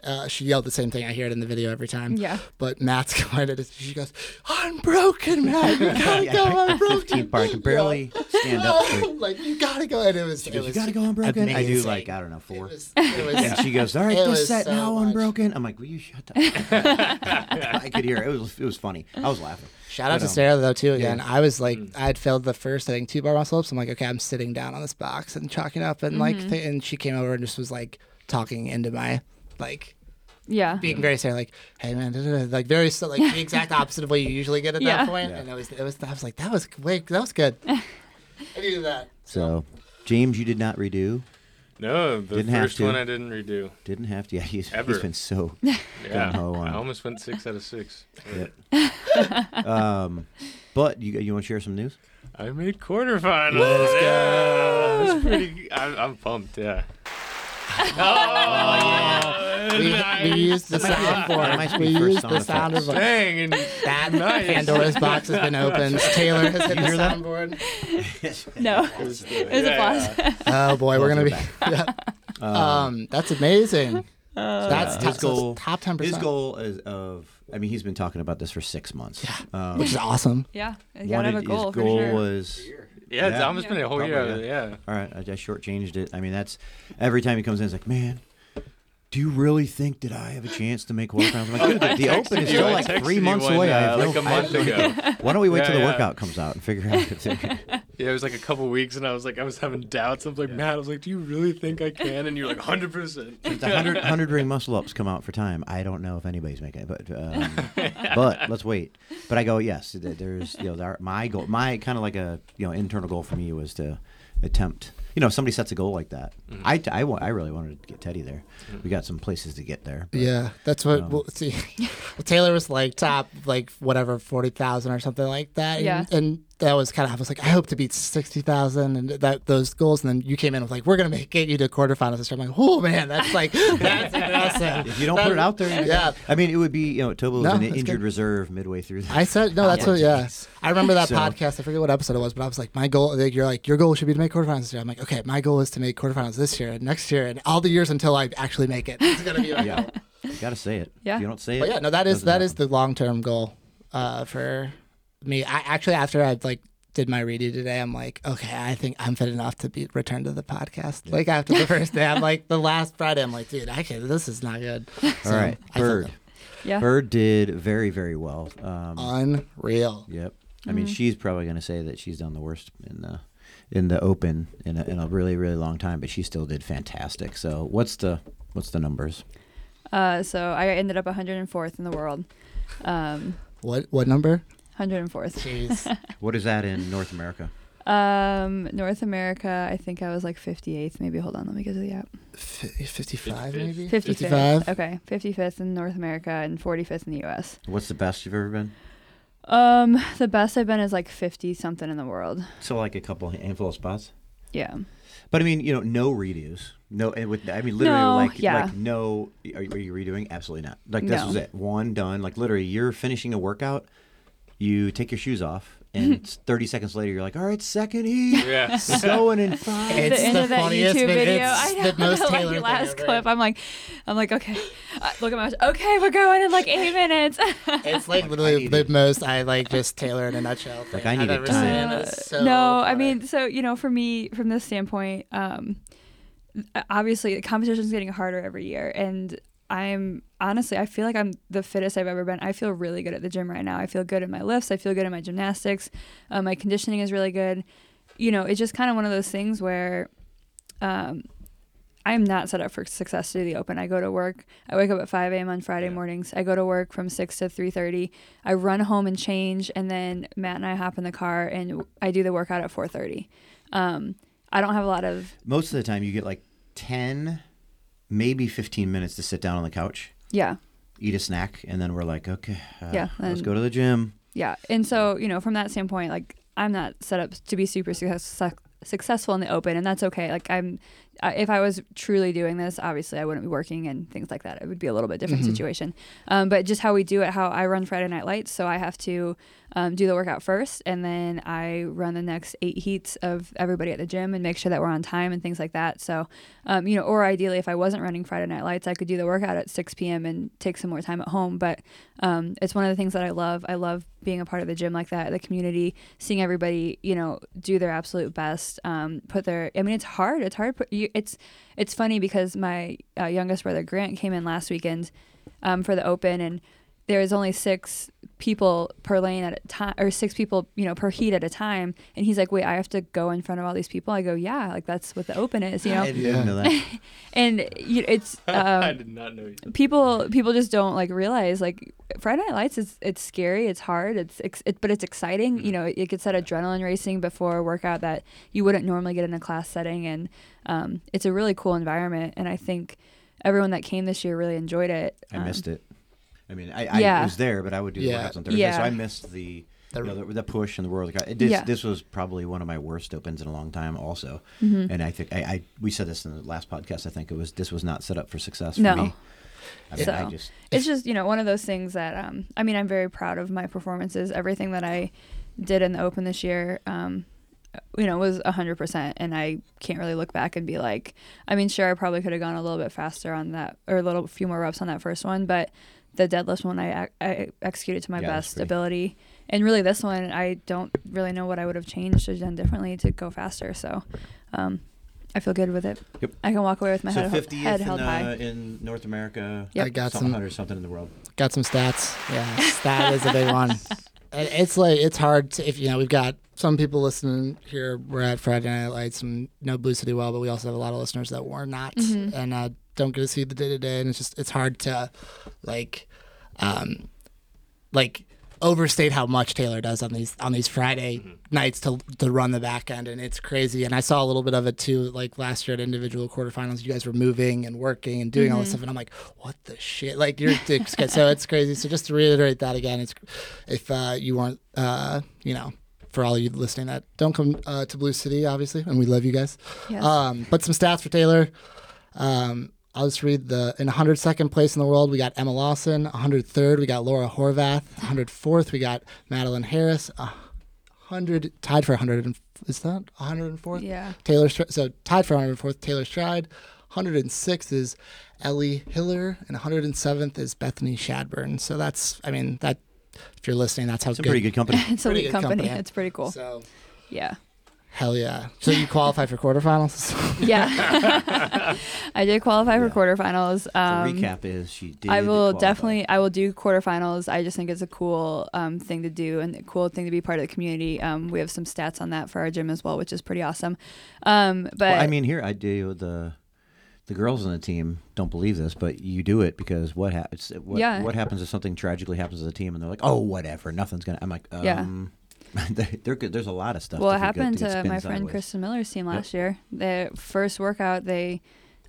Speaker 3: uh, she yelled the same thing. I hear it in the video every time.
Speaker 1: Yeah.
Speaker 3: But Matt's going to, she goes, unbroken, Matt. You gotta
Speaker 2: Yeah,
Speaker 3: go
Speaker 2: I-
Speaker 3: unbroken.
Speaker 2: 15th part, I can barely stand up. straight.
Speaker 3: like, you gotta go. And it was,
Speaker 2: She
Speaker 3: it
Speaker 2: goes,
Speaker 3: was
Speaker 2: you gotta go unbroken. I do
Speaker 3: amazing.
Speaker 2: like I don't know four.
Speaker 3: It was, it was,
Speaker 2: and she goes, all right,
Speaker 3: It
Speaker 2: this
Speaker 3: was
Speaker 2: set
Speaker 3: so
Speaker 2: now
Speaker 3: much.
Speaker 2: unbroken. I'm like, will you shut up? I could hear it. It was it was funny. I was laughing.
Speaker 3: Shout out
Speaker 2: But,
Speaker 3: to
Speaker 2: um, Mm.
Speaker 3: Sarah though too. Again, I was like, I had failed the first, I think, two bar muscle ups. I'm like, okay, I'm sitting down on this box and chalking up, and like, th- and she came over and just was like talking into my, like,
Speaker 1: yeah.
Speaker 3: being very Sarah, like, hey man, da, da, da, like very so, like the exact opposite of what you usually get at
Speaker 1: Yeah.
Speaker 3: that point.
Speaker 2: Yeah.
Speaker 3: And it was, it was, I was like, that was wait, that was good. I needed that.
Speaker 2: So, James, you did not redo.
Speaker 4: no, the
Speaker 2: Didn't have
Speaker 4: first
Speaker 2: to.
Speaker 4: one I didn't redo.
Speaker 2: Didn't have to. Yeah, he's, he's
Speaker 4: Ever.
Speaker 2: been so.
Speaker 4: Yeah,
Speaker 2: Gung-ho on
Speaker 4: I
Speaker 2: it.
Speaker 4: almost went six out of six.
Speaker 2: Yep. um, but you you want to share some news?
Speaker 4: I made quarterfinals. Yeah, that's pretty. I, I'm pumped. Yeah. oh,
Speaker 3: We, we
Speaker 4: nice.
Speaker 3: used the
Speaker 2: That might be- that
Speaker 3: soundboard.
Speaker 2: might
Speaker 3: We
Speaker 2: be first
Speaker 3: used
Speaker 2: sound
Speaker 3: the
Speaker 2: effect.
Speaker 3: sound of like,
Speaker 4: Dang, and
Speaker 3: that.
Speaker 4: Nice.
Speaker 3: Pandora's box has been opened. Taylor has hit the
Speaker 2: hear that?
Speaker 3: soundboard.
Speaker 1: No.
Speaker 4: it was the-
Speaker 1: It was
Speaker 4: yeah,
Speaker 1: applause.
Speaker 4: yeah.
Speaker 3: Oh boy, we're gonna
Speaker 2: Those
Speaker 3: be. Yeah. Um, that's amazing. that's
Speaker 2: Oh, Uh, his
Speaker 3: top, so
Speaker 2: goal-
Speaker 3: top ten
Speaker 2: His
Speaker 3: percent,
Speaker 2: goal is of. I mean, he's been talking about this for six months. Um,
Speaker 3: which is awesome.
Speaker 1: Yeah. You gotta have a
Speaker 2: wanted-
Speaker 1: goal
Speaker 2: His
Speaker 1: for
Speaker 2: goal
Speaker 1: sure.
Speaker 2: was.
Speaker 4: Yeah, it's
Speaker 2: Yeah.
Speaker 4: almost been a whole
Speaker 2: Probably,
Speaker 4: year. out of it,
Speaker 2: yeah.
Speaker 4: yeah.
Speaker 2: All right, I just shortchanged it. I mean, that's every time he comes in, it's like, man, do you really think that I have a chance to make quarterfinals? I'm like, dude, the, the
Speaker 4: I
Speaker 2: Open
Speaker 4: texted
Speaker 2: is
Speaker 4: you-
Speaker 2: still
Speaker 4: I
Speaker 2: like
Speaker 4: texted
Speaker 2: three
Speaker 4: you
Speaker 2: months
Speaker 4: one,
Speaker 2: away. I
Speaker 4: uh,
Speaker 2: have
Speaker 4: like
Speaker 2: no-
Speaker 4: a month ago.
Speaker 2: Why don't we wait
Speaker 4: Yeah,
Speaker 2: till the
Speaker 4: yeah.
Speaker 2: workout comes out and figure out? If they-
Speaker 4: Yeah, it was like a couple weeks, and I was like, I was having doubts. I was like, Matt, I was like, do you really think I can? And you're like, 100. percent
Speaker 2: the 100, 100 ring muscle ups come out for time. I don't know if anybody's making it, but um, but let's wait. But I go yes. th- There's you know there, my goal, my kind of like a you know internal goal for me was to attempt you know, if somebody sets a goal like that, I I wa- I really wanted to get Teddy there. We got some places to get there. but-
Speaker 3: Yeah, that's what we'll see. well, Taylor was like top, like whatever, 40,000 or something like that. And,
Speaker 1: Yeah.
Speaker 3: and that was kind of, I was like, I hope to beat 60,000 and that those goals. And then you came in with like, we're going to make get you to quarterfinals. this year. I'm like, oh man, that's like, that's impressive.
Speaker 2: If you don't put it out there, you're
Speaker 3: Yeah.
Speaker 2: not- I mean, it would be you know, Tobo was
Speaker 3: No,
Speaker 2: in
Speaker 3: that's
Speaker 2: injured
Speaker 3: good.
Speaker 2: reserve midway through. The,
Speaker 3: I said no. That's what. Yeah, I remember that
Speaker 2: So-
Speaker 3: podcast. I forget what episode it was, but I was like, my goal. Like, you're like, your goal should be to make quarterfinals this year. I'm like, okay, my goal is to make quarterfinals this year and next year and all the years until I actually make it. It's gonna be. my
Speaker 2: yeah, you gotta say it.
Speaker 1: Yeah.
Speaker 2: If you don't say it.
Speaker 3: But yeah, no, that is
Speaker 2: doesn't
Speaker 3: that is
Speaker 2: happen.
Speaker 3: the long term goal uh, for me. I actually after I like did my redo today, I'm like, okay, I think I'm fit enough to be return to the podcast. Like after the first day, I'm like the last Friday, I'm like, dude, I can't. This is not good. So,
Speaker 2: All right,
Speaker 3: I feel
Speaker 2: Bird.
Speaker 1: Yeah.
Speaker 2: Bird did very very well. Um,
Speaker 3: unreal.
Speaker 2: Yep. I
Speaker 1: Mm-hmm.
Speaker 2: mean, she's probably going to say that she's done the worst in the in the open in a, in a really really long time, but she still did fantastic. So what's the what's the numbers?
Speaker 1: Uh, so I ended up 104th in the world. Um,
Speaker 3: What what number?
Speaker 1: 104th.
Speaker 3: Jeez.
Speaker 2: What is that in North America?
Speaker 1: Um, North America, I think I was like 58th. Maybe hold on, let me go to the app.
Speaker 3: Fif- 55 maybe
Speaker 1: 55th.
Speaker 3: 55
Speaker 1: Okay, 55th in North America and 45th in the U.S.
Speaker 2: What's the best you've ever been?
Speaker 1: Um, the best I've been is like 50 something in the world.
Speaker 2: So like a couple handful of spots.
Speaker 1: Yeah.
Speaker 2: But I mean, you know, no redos. No, and with I mean, literally,
Speaker 1: No,
Speaker 2: like,
Speaker 1: yeah.
Speaker 2: like no. Are you, are you redoing? Absolutely not. Like this
Speaker 1: No.
Speaker 2: was it. One done. Like literally, you're finishing a workout. You take your shoes off, and it's 30 seconds later, you're like, all right, second heat.
Speaker 4: Yeah.
Speaker 2: It's going in five.
Speaker 3: It's
Speaker 1: the end
Speaker 3: the
Speaker 1: of that
Speaker 3: funniest
Speaker 1: YouTube
Speaker 3: vid-
Speaker 1: video,
Speaker 3: it's
Speaker 1: I
Speaker 3: the
Speaker 1: know,
Speaker 3: most
Speaker 1: like
Speaker 3: Taylor thing
Speaker 1: last
Speaker 3: ever.
Speaker 1: clip, I'm like, I'm like, okay, uh, look at my, okay, we're going in like eight minutes.
Speaker 3: it's like literally the most i like just taylor in a nutshell thing
Speaker 2: Like, I
Speaker 3: I've
Speaker 2: needed
Speaker 3: ever
Speaker 2: time.
Speaker 3: seen. It's so
Speaker 1: Uh, no, I
Speaker 3: funny.
Speaker 1: mean, so you know, for me, from this standpoint, um, obviously the competition is getting harder every year, and I'm honestly, I feel like I'm the fittest I've ever been. I feel really good at the gym right now. I feel good in my lifts. I feel good in my gymnastics. Uh, my conditioning is really good. You know, it's just kind of one of those things where, um, I am not set up for success to the open. I go to work. I wake up at 5 a.m. on Friday mornings. I go to work from 6 to 3:30. I run home and change, and then Matt and I hop in the car and I do the workout at 4:30. Um, I don't have a lot of
Speaker 2: most of the time you get like 10 maybe 15 minutes to sit down on the couch
Speaker 1: yeah,
Speaker 2: eat a snack and then we're like okay uh,
Speaker 1: Yeah,
Speaker 2: let's
Speaker 1: and-
Speaker 2: go to the gym
Speaker 1: yeah. And so you know, from that standpoint, like I'm not set up to be super success, suc- successful in the open, and that's okay. Like I'm, I if I was truly doing this, obviously I wouldn't be working and things like that. It would be a little bit different situation. Um, but just how we do it, how I run Friday Night Lights, so I have to um, do the workout first, and then I run the next eight heats of everybody at the gym and make sure that we're on time and things like that. So, um, you know, or ideally, if I wasn't running Friday Night Lights, I could do the workout at 6 p.m. and take some more time at home. But um, it's one of the things that I love. I love being a part of the gym like that, the community, seeing everybody, you know, do their absolute best, um, put their. I mean, it's hard. It's hard. Put you. It's it's funny because my uh, youngest brother Grant came in last weekend um, for the open and there is only six people per lane at a time or six people you know per heat at a time and he's like wait i have to go in front of all these people i go yeah like that's what the open is you know
Speaker 2: I didn't know that.
Speaker 1: and you know, it's
Speaker 4: I
Speaker 1: um,
Speaker 4: did not know you.
Speaker 1: people people just don't like realize like friday night lights is it's scary it's hard it's ex- it, but it's exciting
Speaker 2: Mm-hmm.
Speaker 1: you know it, it gets that adrenaline racing before a workout that you wouldn't normally get in a class setting and um, it's a really cool environment and i think everyone that came this year really enjoyed it
Speaker 2: i
Speaker 1: Um,
Speaker 2: missed it i mean i, I
Speaker 1: Yeah.
Speaker 2: was there but i would do the
Speaker 3: Yeah.
Speaker 2: workouts on thursday
Speaker 1: Yeah.
Speaker 2: so i missed the
Speaker 3: The-
Speaker 2: you know, the, the push and the world Cup. This,
Speaker 1: Yeah.
Speaker 2: this was probably one of my worst opens in a long time also
Speaker 1: mm-hmm.
Speaker 2: and i think I, I we said this in the last podcast i think it was this was not set up for success for
Speaker 1: No.
Speaker 2: me I, mean, I
Speaker 1: So-
Speaker 2: just
Speaker 1: it's just you know one of those things that um, I mean I'm very proud of my performances. Everything that I did in the Open this year, um, you know, was hundred percent, and I can't really look back and be like, I mean, sure, I probably could have gone a little bit faster on that or a little few more reps on that first one, but the deadlift one I, ac- I executed to my
Speaker 2: Yeah, that's
Speaker 1: best
Speaker 2: pretty-
Speaker 1: ability, and really this one I don't really know what I would have changed or done differently to go faster. So. Um, I feel good with it.
Speaker 2: Yep.
Speaker 1: I can walk away with my
Speaker 2: so
Speaker 1: head,
Speaker 2: 50th
Speaker 1: head
Speaker 2: in,
Speaker 1: held
Speaker 2: uh,
Speaker 1: high.
Speaker 2: in north america
Speaker 1: Yep.
Speaker 3: i got
Speaker 2: something,
Speaker 3: some
Speaker 2: 100 something in the world
Speaker 3: got some stats. Yeah, that is a big one. And it's like it's hard to if you know we've got some people listening here. We're at Friday Night Lights and know Blue City well, but we also have a lot of listeners that were not and uh, don't get to see the day to day. And it's just it's hard to like, um, like overstate how much Taylor does on these on these Friday nights to to run the back end, and it's crazy. And I saw a little bit of it too, like last year at individual quarterfinals. You guys were moving and working and doing all this stuff, and I'm like, what the shit? Like you're it's- so it's crazy. So just to reiterate that again, it's if uh, you weren't, uh, you know. For all you listening, that don't come uh, to Blue City, obviously, and we love you guys.
Speaker 1: Yes.
Speaker 3: Um, but some stats for Taylor. Um, I'll just read the in 102nd place in the world. We got Emma Lawson. 103rd, we got Laura Horvath. 104th, we got Madeline Harris. Uh, 100 tied for 100 and is that 104th?
Speaker 1: Yeah.
Speaker 3: Taylor Str- so tied for 104th Taylor Stride. 106th is Ellie Hiller and 107th is Bethany Shadburn. So that's I mean that if you're listening, that's how
Speaker 2: It's a
Speaker 3: good.
Speaker 2: pretty good company.
Speaker 1: It's a
Speaker 3: Pretty
Speaker 1: lead
Speaker 3: good
Speaker 1: company.
Speaker 3: company.
Speaker 1: It's pretty cool.
Speaker 3: So
Speaker 1: Yeah.
Speaker 3: hell yeah! So you qualify for quarterfinals.
Speaker 1: Yeah. I did qualify for
Speaker 2: Yeah.
Speaker 1: quarterfinals. Um,
Speaker 2: the recap is she did.
Speaker 1: I will
Speaker 2: qualify.
Speaker 1: definitely I will do quarterfinals. I just think it's a cool um, thing to do and a cool thing to be part of the community. Um, we have some stats on that for our gym as well, which is pretty awesome. Um, but
Speaker 2: Well, I mean, here I do the the girls on the team don't believe this, but you do it because what happens? What,
Speaker 1: Yeah.
Speaker 2: what happens if something tragically happens to the team and they're like, oh, whatever, nothing's gonna. I'm like,
Speaker 1: Yeah.
Speaker 2: um, there there could- there's a lot of stuff.
Speaker 1: well,
Speaker 2: that
Speaker 1: it
Speaker 2: could go-
Speaker 1: happened
Speaker 2: that could
Speaker 1: to
Speaker 2: spin
Speaker 1: my friend
Speaker 2: sideways.
Speaker 1: Kristen Miller's team last year. Their first workout, they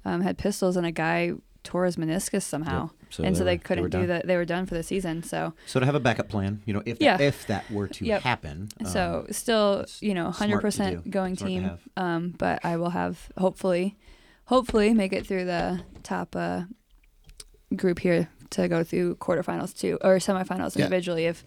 Speaker 1: um, had pistols and a guy tore his meniscus somehow,
Speaker 2: Yep. So
Speaker 1: and
Speaker 2: they
Speaker 1: so
Speaker 2: were-
Speaker 1: they
Speaker 2: they were
Speaker 1: couldn't do
Speaker 2: done.
Speaker 1: that. They were done for the season. So
Speaker 2: So to have a backup plan, you know, if
Speaker 1: Yeah.
Speaker 2: that, if that were to
Speaker 1: Yep.
Speaker 2: happen, um,
Speaker 1: so still
Speaker 2: it's
Speaker 1: you know
Speaker 2: smart to
Speaker 1: 100%
Speaker 2: do.
Speaker 1: going
Speaker 2: Smart to
Speaker 1: team
Speaker 2: have.
Speaker 1: um, but i will have hopefully hopefully make it through the top uh, group here to go through quarterfinals too or semifinals
Speaker 3: Yeah.
Speaker 1: individually if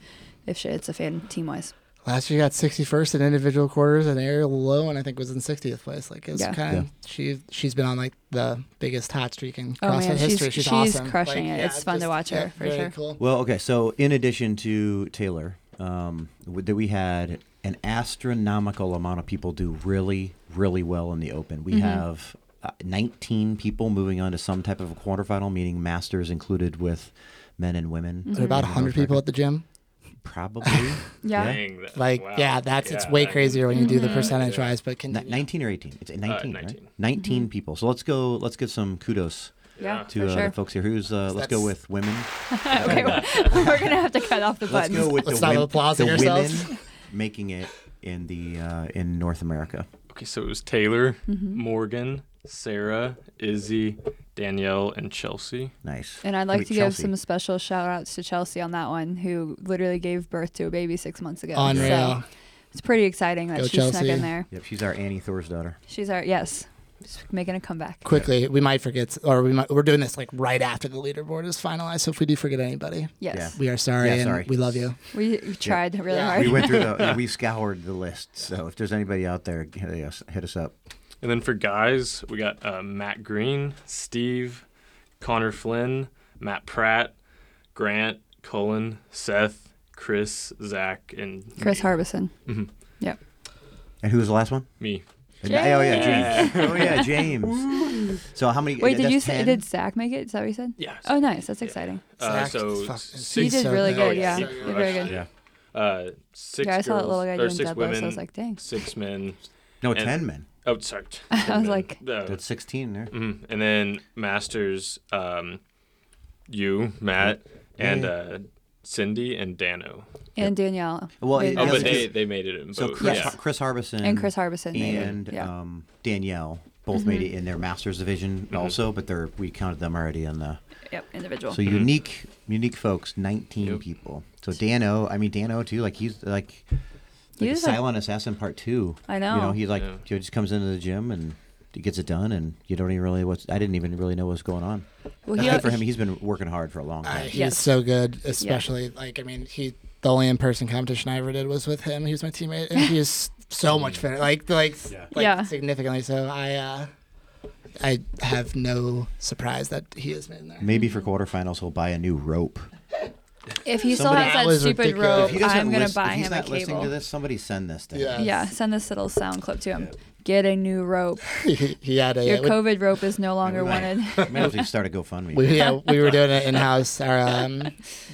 Speaker 1: if shit hits a fan team wise
Speaker 3: Last year, you got 61st in individual quarters, and Ariel Lowen, I think, was in 60th place. Like, it was
Speaker 1: Yeah.
Speaker 3: kind of
Speaker 2: Yeah.
Speaker 3: she she's been on like the biggest hot streak in CrossFit
Speaker 1: Oh, man, she's-
Speaker 3: history. She's,
Speaker 1: she's
Speaker 3: awesome.
Speaker 1: crushing
Speaker 3: Like,
Speaker 1: it. It's fun to watch her, for
Speaker 3: very
Speaker 1: sure.
Speaker 3: Cool.
Speaker 2: Well, okay. So in addition to Taylor, um, w- that we had an astronomical amount of people do really, really well in the Open. We
Speaker 1: Mm-hmm.
Speaker 2: have uh, 19 people moving on to some type of a quarterfinal, meaning masters included with men and women.
Speaker 3: There are about
Speaker 2: And
Speaker 3: 100
Speaker 2: those
Speaker 3: people
Speaker 2: records.
Speaker 3: at the gym.
Speaker 2: Probably.
Speaker 1: Yeah.
Speaker 4: Dang, that-
Speaker 3: Like,
Speaker 4: wow.
Speaker 3: yeah, that's it's
Speaker 4: Yeah,
Speaker 3: way
Speaker 4: I-
Speaker 3: crazier when you do the
Speaker 1: Mm-hmm.
Speaker 4: yeah,
Speaker 3: percentage
Speaker 4: yeah.
Speaker 3: wise, but can
Speaker 2: Ni- 19 or 18? It's 19, right?
Speaker 4: 19.
Speaker 2: 19 people. So let's go. Let's give some kudos
Speaker 1: yeah,
Speaker 4: Yeah.
Speaker 2: to
Speaker 1: Mm-hmm. for
Speaker 2: uh,
Speaker 1: sure
Speaker 2: the folks here. Who's? Uh, let's go
Speaker 3: that's-
Speaker 2: with women.
Speaker 1: okay we're we're gonna have to cut off the
Speaker 2: Let's
Speaker 1: buttons
Speaker 2: go with
Speaker 3: Let's
Speaker 2: the,
Speaker 3: not
Speaker 2: wom-
Speaker 3: applauding
Speaker 2: the
Speaker 3: ourselves.
Speaker 2: women making it in the uh, in North America.
Speaker 4: Okay, so it was Taylor,
Speaker 1: Mm-hmm.
Speaker 4: Morgan, Sarah, Izzy, Danielle, and Chelsea.
Speaker 2: Nice.
Speaker 1: and I'd like
Speaker 2: I mean,
Speaker 1: to
Speaker 2: Chelsea.
Speaker 1: give some special shout outs to Chelsea on that one, who literally gave birth to a baby six months ago.
Speaker 3: Unreal.
Speaker 1: So it's pretty exciting that
Speaker 3: Go
Speaker 1: she snuck
Speaker 3: Chelsea.
Speaker 1: in there.
Speaker 2: Yep, she's our Annie Thor's daughter.
Speaker 1: She's our, yes, she's making a comeback.
Speaker 3: quickly, we might forget, or we might, we're doing this like right after the leaderboard is finalized. So if we do forget anybody,
Speaker 1: Yes.
Speaker 2: Yeah.
Speaker 3: we are sorry,
Speaker 2: Yeah,
Speaker 3: and
Speaker 2: sorry.
Speaker 3: we love you.
Speaker 1: We we tried really
Speaker 3: Yeah.
Speaker 1: hard.
Speaker 2: We went through the, we scoured the list. So if there's anybody out there, hit us, hit us up.
Speaker 4: And then for guys, we got uh, Matt Green, Steve, Connor Flynn, Matt Pratt, Grant, Cullen, Seth, Chris, Zach, and
Speaker 1: Chris
Speaker 4: me.
Speaker 1: Harbison.
Speaker 4: Mhm.
Speaker 1: Yep.
Speaker 2: And who was the last one?
Speaker 4: Me.
Speaker 2: Oh yeah, James. oh yeah, James. so how many?
Speaker 1: Wait, did
Speaker 2: that's
Speaker 1: you say,
Speaker 2: 10?
Speaker 1: did Zach make it? Is that what you said?
Speaker 4: Yeah.
Speaker 1: Oh, nice. That's exciting.
Speaker 4: Uh,
Speaker 3: Zach,
Speaker 4: so
Speaker 3: fuck,
Speaker 4: six,
Speaker 1: You
Speaker 3: He's
Speaker 1: did
Speaker 3: so
Speaker 1: really
Speaker 3: good.
Speaker 1: good.
Speaker 3: Oh,
Speaker 1: yeah.
Speaker 3: yeah.
Speaker 1: You did very good.
Speaker 4: Yeah. Uh, six
Speaker 1: Yeah, I saw that
Speaker 4: girls,
Speaker 1: little guy
Speaker 4: or
Speaker 1: doing
Speaker 4: six
Speaker 1: deadlifts.
Speaker 4: women,
Speaker 1: I was like, dang.
Speaker 4: six men.
Speaker 2: No,
Speaker 4: and-
Speaker 2: ten men.
Speaker 4: Oh, sorry.
Speaker 1: I was like,
Speaker 4: uh,
Speaker 2: That's sixteen there.
Speaker 4: mhm. and then masters, um, you, Matt, and uh, Cindy and Dano.
Speaker 1: and Danielle.
Speaker 2: Well,
Speaker 1: They
Speaker 2: it-
Speaker 4: Oh,
Speaker 1: made
Speaker 2: Yeah,
Speaker 4: but
Speaker 1: it.
Speaker 2: because-
Speaker 4: they, they made it in
Speaker 2: So
Speaker 4: both.
Speaker 2: Chris,
Speaker 4: yeah.
Speaker 2: Chris Harbison
Speaker 1: and Chris Harbison made
Speaker 2: and
Speaker 1: it. Yeah. Mm-hmm.
Speaker 2: um, Danielle both made it in their masters division also, but they're we counted them already on the
Speaker 1: yep. Individual.
Speaker 2: So unique, unique folks. Nineteen people. So Dano, I mean Dano too. Like he's like, like a
Speaker 1: He's a-
Speaker 2: silent assassin part two.
Speaker 1: I
Speaker 2: You
Speaker 1: know.
Speaker 2: know, he like
Speaker 4: Yeah.
Speaker 2: he just comes into the gym and he gets it done, and you don't even really what's. I didn't even really know what's going on.
Speaker 1: Well,
Speaker 2: That's
Speaker 1: he-
Speaker 2: good for him. He's been working hard for a long
Speaker 3: Uh,
Speaker 2: time.
Speaker 3: he
Speaker 1: Yes.
Speaker 3: was so good, especially like I mean, he the only in person competition I ever did was with him. He was my teammate, and he is so much better, like like s- like
Speaker 1: Yeah.
Speaker 3: significantly. So I uh, I have no surprise that he is in there.
Speaker 2: Maybe for quarterfinals he'll buy a new rope.
Speaker 1: If he still
Speaker 2: Somebody-
Speaker 1: has
Speaker 3: That
Speaker 1: that
Speaker 3: was
Speaker 1: stupid
Speaker 3: ridiculous.
Speaker 1: rope,
Speaker 2: If he doesn't
Speaker 1: Oh, I'm gonna
Speaker 2: listen-
Speaker 1: buy
Speaker 2: if he's
Speaker 1: him a
Speaker 2: not listening to
Speaker 1: cable.
Speaker 2: this, somebody send this thing.
Speaker 3: Yeah.
Speaker 1: Yeah. Send this little sound clip to him. Get a new rope.
Speaker 3: he had a
Speaker 1: Your
Speaker 3: it would-
Speaker 1: COVID rope is no longer wanted.
Speaker 2: Maybe if he start a GoFundMe.
Speaker 3: we, yeah, we were doing it in house, or um,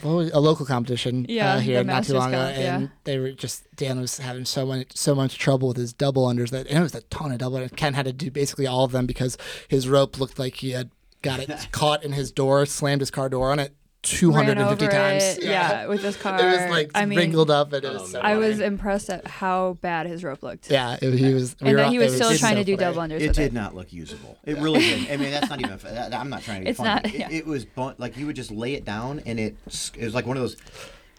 Speaker 3: what was, a local competition
Speaker 1: Yeah,
Speaker 3: uh,
Speaker 1: the
Speaker 3: here not too
Speaker 1: Masters
Speaker 3: long ago,
Speaker 1: Cup, yeah.
Speaker 3: and they were just Dan was having so much so much trouble with his double unders that and it was a ton of double. unders. Ken had to do basically all of them because his rope looked like he had got it caught in his door, slammed his car door on it.
Speaker 1: ran
Speaker 3: 250
Speaker 1: over
Speaker 3: times.
Speaker 1: it. Yeah. with this car.
Speaker 3: It was like
Speaker 1: I mean,
Speaker 3: wrinkled up and it was
Speaker 4: Oh,
Speaker 3: so
Speaker 4: man.
Speaker 1: I was
Speaker 3: funny.
Speaker 1: impressed at how bad his rope looked.
Speaker 3: Yeah, it, he was. we
Speaker 1: and
Speaker 3: were
Speaker 1: then
Speaker 3: all-
Speaker 1: he
Speaker 3: it
Speaker 1: was still
Speaker 3: just
Speaker 1: trying
Speaker 3: so
Speaker 1: to do
Speaker 3: funny.
Speaker 1: double unders.
Speaker 2: It
Speaker 1: with
Speaker 2: did not look usable. It really didn't. I mean, that's not even. That, I'm not trying to be
Speaker 1: It's
Speaker 2: funny.
Speaker 1: not-
Speaker 2: It-
Speaker 1: yeah.
Speaker 2: it, was bun- like you would just lay it down, and it s- it was like one of those.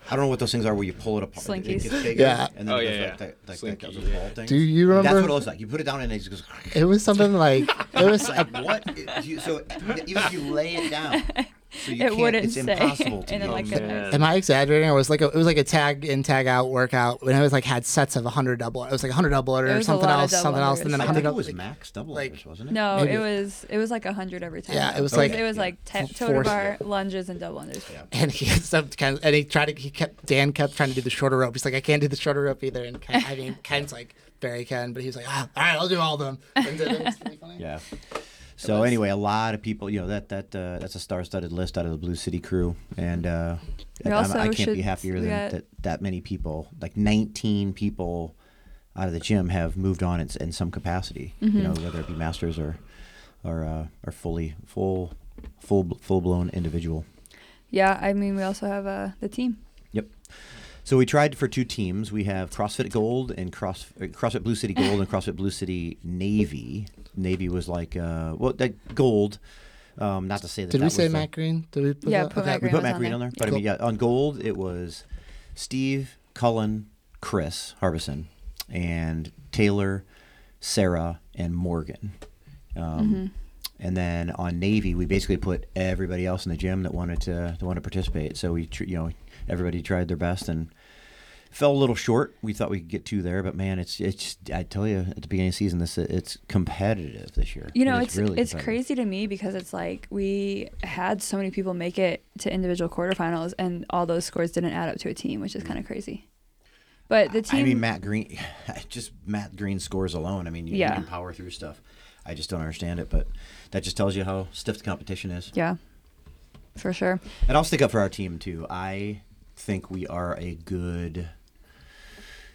Speaker 2: I don't know what those things are where you pull it apart. It-
Speaker 1: Slinkies.
Speaker 2: It gets bigger,
Speaker 3: Yeah.
Speaker 2: And then
Speaker 4: Oh,
Speaker 2: it
Speaker 4: yeah,
Speaker 2: goes
Speaker 4: yeah.
Speaker 2: like that, like
Speaker 4: Slinky,
Speaker 2: that, those ball things.
Speaker 3: Do you remember-
Speaker 2: That's what it looks like. You put it down, and it just goes.
Speaker 3: It was something like it was.
Speaker 2: It's like what? It- you- so even if you lay it down, so you
Speaker 1: It
Speaker 2: can't,
Speaker 1: wouldn't
Speaker 2: it's
Speaker 1: stay
Speaker 2: impossible to
Speaker 1: in it
Speaker 2: get
Speaker 1: like
Speaker 2: it.
Speaker 1: that.
Speaker 4: man.
Speaker 3: Am I exaggerating? Or was like a, it was like a tag in tag out workout when it was like had sets of hundred double. It was like hundred double
Speaker 1: It
Speaker 3: order or
Speaker 1: was a
Speaker 3: something
Speaker 1: lot of
Speaker 3: else,
Speaker 1: double
Speaker 3: something else, and then
Speaker 2: I
Speaker 1: orders.
Speaker 2: think
Speaker 3: hundred
Speaker 2: it was
Speaker 3: like,
Speaker 2: max double
Speaker 3: like-
Speaker 2: orders, wasn't it?
Speaker 1: No,
Speaker 3: Maybe.
Speaker 1: it was it was like hundred every time.
Speaker 3: Yeah, it was
Speaker 1: Because
Speaker 3: like-
Speaker 1: it was like
Speaker 2: Yeah.
Speaker 1: te- toe to
Speaker 3: Force-
Speaker 1: bar lunges and double unders.
Speaker 3: And he some kind of, and he tried to he kept Dan kept trying to do the shorter rope. He's like, I can't do the shorter rope either. And Ken, I mean, Ken's like very Ken, but he's like, ah, all right, I'll do all of them. And then it was pretty funny.
Speaker 2: Yeah. So anyway, a lot of people, you know, that that uh, that's a star-studded list out of the Blue City crew, and uh,
Speaker 1: We
Speaker 2: I'm-
Speaker 1: also
Speaker 2: I can't
Speaker 1: should-
Speaker 2: be happier
Speaker 1: we
Speaker 2: than
Speaker 1: got-
Speaker 2: that. That many people, like 19 people, out of the gym have moved on in, s- in some capacity.
Speaker 1: Mm-hmm.
Speaker 2: You know, whether it be masters or or uh, or fully full full full blown individual.
Speaker 1: Yeah, I mean we also have uh, the team.
Speaker 2: Yep. So we tried for two teams. We have CrossFit Gold and Cross uh, CrossFit Blue City Gold and CrossFit Blue City Navy. Navy was like uh, well, that Gold. Um, not to say that.
Speaker 3: Did
Speaker 2: that
Speaker 3: we
Speaker 2: was
Speaker 3: say
Speaker 2: the-
Speaker 3: Matt Green? Did we put
Speaker 1: Yeah,
Speaker 3: that?
Speaker 1: put Matt
Speaker 2: We
Speaker 1: Green
Speaker 2: put
Speaker 1: was
Speaker 2: Matt
Speaker 1: on
Speaker 2: Green
Speaker 1: there.
Speaker 2: on there, but I mean, yeah, on Gold it was Steve, Cullen, Chris Harbison, and Taylor, Sarah, and Morgan. Um,
Speaker 1: Mm-hmm.
Speaker 2: And then on Navy, we basically put everybody else in the gym that wanted to that wanted to participate. So we, tr- you know, everybody tried their best and fell a little short. We thought we could get two there, but man, it's it's. I tell you, at the beginning of the season, this it's competitive this year.
Speaker 1: You know,
Speaker 2: It is
Speaker 1: it's
Speaker 2: really
Speaker 1: it's
Speaker 2: competitive.
Speaker 1: crazy to me because it's like we had so many people make it to individual quarterfinals, and all those scores didn't add up to a team, which is
Speaker 2: Mm.
Speaker 1: kind of crazy. But the team,
Speaker 2: I mean, Matt Green, just Matt Green scores alone. I mean, you, you
Speaker 1: Yeah.
Speaker 2: can power through stuff. I just don't understand it, but that just tells you how stiff the competition is.
Speaker 1: yeah, for sure.
Speaker 2: And I'll stick up for our team too. I think we are a good.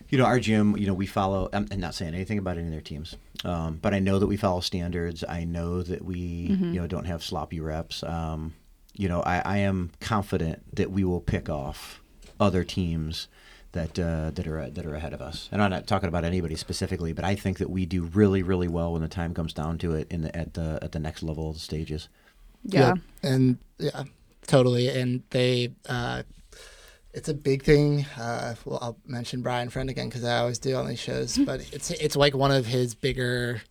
Speaker 2: You know, our gym. You know, we follow. I'm, I'm not saying anything about any of their teams, um, but I know that we follow standards. I know that we, you know, don't have sloppy reps. Um, you know, I, I am confident that we will pick off other teams that uh, that are that are ahead of us. And I'm not talking about anybody specifically, but I think that we do really, really well when the time comes down to it in the, at the at the next level of the stages.
Speaker 1: Yeah,
Speaker 3: And yeah, totally. And they, uh, it's a big thing. Uh, well, I'll mention Brian Friend again because I always do on these shows, but it's it's like one of his bigger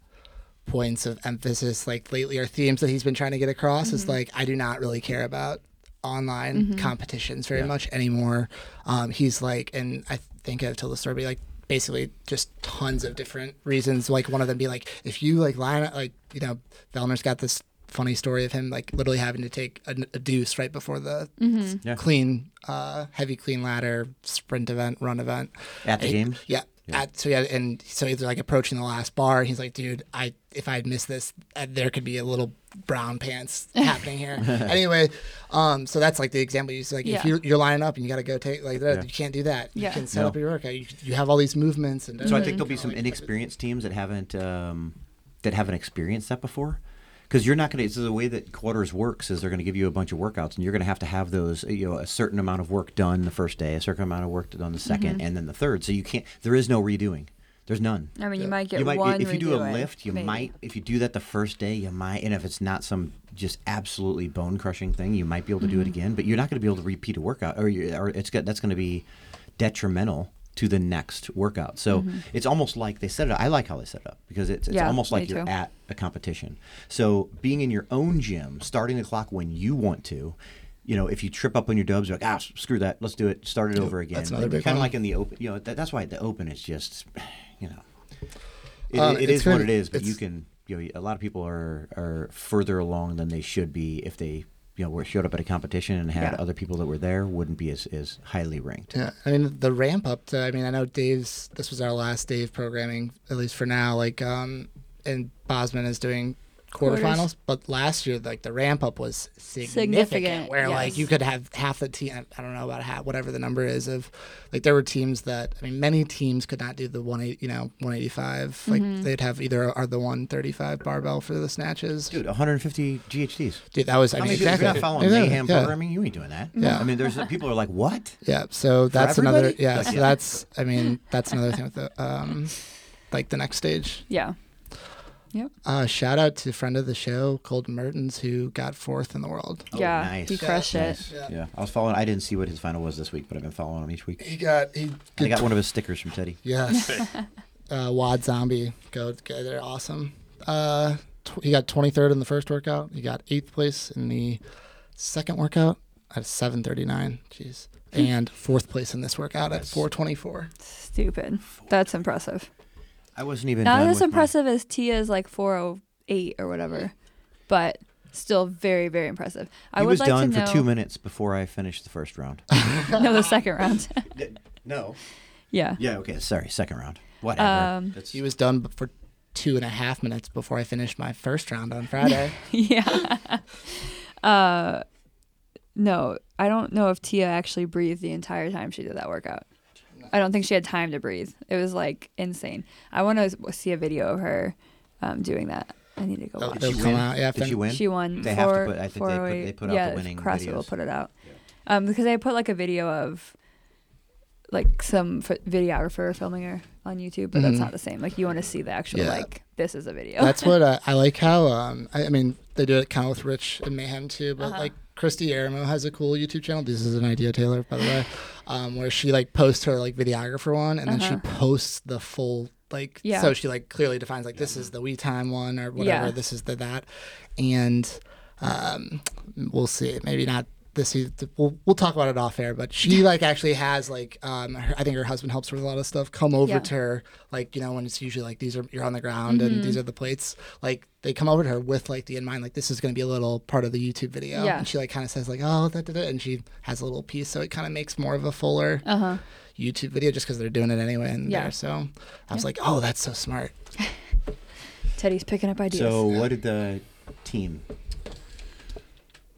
Speaker 3: points of emphasis like lately or themes that he's been trying to get across is like I do not really care about online competitions very much anymore. Um, he's like, and I think I've told the story, but like basically just tons of different reasons. Like one of them be like, if you like line up, like you know, Vellner's got this funny story of him like literally having to take a, a deuce right before the
Speaker 2: Yeah.
Speaker 3: clean, uh, heavy clean ladder sprint event, run event.
Speaker 2: At the
Speaker 3: He-
Speaker 2: games?
Speaker 3: yeah. At, so yeah, and so he's like approaching the last bar. And he's like, "Dude, I if I'd missed this, uh, there could be a little brown pants happening here." anyway, um, so that's like the example you use. Like, if
Speaker 1: Yeah.
Speaker 3: you you're lining up and you got to go take like that, you can't do that. You
Speaker 1: Yeah.
Speaker 3: can set
Speaker 2: No.
Speaker 3: up your workout. You, you have all these movements and Mm-hmm.
Speaker 2: So I think there'll be some inexperienced teams that haven't um, that haven't experienced that before. Because you're not going to. So the way that quarters works is they're going to give you a bunch of workouts, and you're going to have to have those. You know, a certain amount of work done the first day, a certain amount of work done the 2nd and then the third. So you can't. There is no redoing. There's none.
Speaker 1: I mean you might get
Speaker 2: you might
Speaker 1: one.
Speaker 2: if you do a
Speaker 1: redo it,
Speaker 2: lift, you
Speaker 1: maybe.
Speaker 2: might. If you do that the first day, you might. And if it's not some just absolutely bone crushing thing, you might be able to
Speaker 1: Mm-hmm.
Speaker 2: do it again. But you're not going to be able to repeat a workout, or, you, or it's got, that's going to be detrimental to the next workout. So it's almost like they set it. up. I like how they set it up because it's, it's
Speaker 1: Mm-hmm. Yeah,
Speaker 2: almost like
Speaker 1: me
Speaker 2: you're
Speaker 1: too.
Speaker 2: at a competition. So being in your own gym, starting the clock when you want to. You know, if you trip up on your dubs, you're like, ah, screw that. Let's do it. Start it over again.
Speaker 3: that's another big
Speaker 2: kind
Speaker 3: one.
Speaker 2: of like in the open. You know, that, that's why the open is just, you know, it,
Speaker 3: Uh,
Speaker 2: it- it
Speaker 3: it's
Speaker 2: is what
Speaker 3: gonna-
Speaker 2: it is, but you
Speaker 3: it's-
Speaker 2: can. You know, a lot of people are are further along than they should be if they, you know, were showed up at a competition and had
Speaker 1: Yeah.
Speaker 2: other people that were there wouldn't be as, as highly ranked.
Speaker 3: Yeah, I mean the ramp up to. I mean, I know Dave's. This was our last Dave programming, at least for now. Like, um, and Bosman is doing
Speaker 1: Quarters.
Speaker 3: quarterfinals. But last year, like the ramp up was significant,
Speaker 1: Significant,
Speaker 3: where like
Speaker 1: yes.
Speaker 3: you could have half the team. I don't know about half, whatever the number is of, like there were teams that I mean, many teams could not do the one eight, you know, one eighty five. Like
Speaker 1: Mm-hmm.
Speaker 3: they'd have either or the one thirty five barbell for the snatches. Dude,
Speaker 2: Dude, 150 GHDs.
Speaker 3: that was I
Speaker 2: I
Speaker 3: mean
Speaker 2: mean, if
Speaker 3: exactly.
Speaker 2: you're not following
Speaker 3: Yeah,
Speaker 2: mayhem
Speaker 3: yeah.
Speaker 2: programming, you ain't doing that.
Speaker 3: Yeah.
Speaker 2: I mean, there's people are like, what?
Speaker 3: Yeah, so that's another.
Speaker 2: everybody?
Speaker 3: Yeah,
Speaker 2: Like,
Speaker 3: so
Speaker 2: yeah.
Speaker 3: that's. I mean, that's another thing with the, um, like the next stage.
Speaker 1: Yeah.
Speaker 3: Uh, shout out to friend of the show, Colton Mertens, who got fourth in the world.
Speaker 2: Oh,
Speaker 1: yeah.
Speaker 2: nice.
Speaker 1: He crushed
Speaker 2: Nice.
Speaker 1: it.
Speaker 2: Yeah. I was following. I didn't see what his final was this week, but I've been following him each week.
Speaker 3: He got he.
Speaker 2: I got one of his stickers from Teddy.
Speaker 3: Yes. uh, Wad Zombie, go, go they're awesome. Uh, tw- he got 23rd in the first workout. He got eighth place in the second workout at 7:39. Jeez. And fourth place in this workout at 4:24.
Speaker 1: Stupid. That's impressive.
Speaker 2: I wasn't even.
Speaker 1: Not
Speaker 2: done
Speaker 1: as
Speaker 2: with my-
Speaker 1: impressive as Tia's like 408 or whatever, but still very, very impressive. I
Speaker 2: he
Speaker 1: would
Speaker 2: was
Speaker 1: like
Speaker 2: done
Speaker 1: to know.
Speaker 2: for two minutes before I finished the first round.
Speaker 1: no, the second round.
Speaker 2: no.
Speaker 1: yeah.
Speaker 2: Yeah. Okay. Sorry. Second round. Whatever.
Speaker 1: Um,
Speaker 2: That's-
Speaker 3: He was done b- for two and a half minutes before I finished my first round on Friday.
Speaker 1: Yeah. uh, no, I don't know if Tia actually breathed the entire time she did that workout. I don't think she had time to breathe. It was like insane. I want to see a video of her um, doing that. I need to go
Speaker 3: Oh,
Speaker 1: watch.
Speaker 2: Did
Speaker 3: They'll
Speaker 2: she
Speaker 3: come
Speaker 2: win?
Speaker 3: out, yeah,
Speaker 2: Did she
Speaker 3: fin-
Speaker 2: win?
Speaker 1: She won.
Speaker 2: They have to
Speaker 1: four,
Speaker 2: put- I think they
Speaker 1: four
Speaker 2: put-
Speaker 1: oh eight.
Speaker 2: they put out the
Speaker 1: yeah,
Speaker 2: winning
Speaker 1: CrossFit will
Speaker 2: videos.
Speaker 1: put it out. Um, because they put like a video of like some f- videographer filming her on YouTube, but
Speaker 2: Mm-hmm.
Speaker 1: that's
Speaker 3: Mhm.
Speaker 1: not the same. Like you want to see the actual
Speaker 3: Yeah.
Speaker 1: like this is a video.
Speaker 3: That's what uh, I like. How um, I, I mean, they do it kind of with Rich and Mayhem too, but
Speaker 2: Uh-huh.
Speaker 3: like Christy Aramo has a cool YouTube channel. This is an idea, Taylor, by the way, um, where she like posts her like videographer one, and then
Speaker 2: Uh-huh.
Speaker 3: she posts the full like.
Speaker 1: Yeah.
Speaker 3: So she like clearly defines like this is the we time one or whatever.
Speaker 1: Yeah.
Speaker 3: This is the that, and um, we'll see. Maybe not. This se- we'll, we'll talk about it off air, but she like actually has like um her, I think her husband helps her with a lot of stuff. Come over
Speaker 1: Yeah.
Speaker 3: to her like you know when it's usually like these are you're on the ground
Speaker 1: Mm-hmm.
Speaker 3: and these are the plates. Like they come over to her with like the in mind like this is going to be a little part of the YouTube video,
Speaker 1: Yeah.
Speaker 3: and she like kind of says like oh that did it, and she has a little piece, so it kind of makes more of a fuller
Speaker 1: uh huh.
Speaker 3: YouTube video just because they're doing it anyway in
Speaker 1: Yeah.
Speaker 3: there. So I was like oh that's so smart.
Speaker 1: Teddy's picking up ideas.
Speaker 2: so mm-hmm. what did the team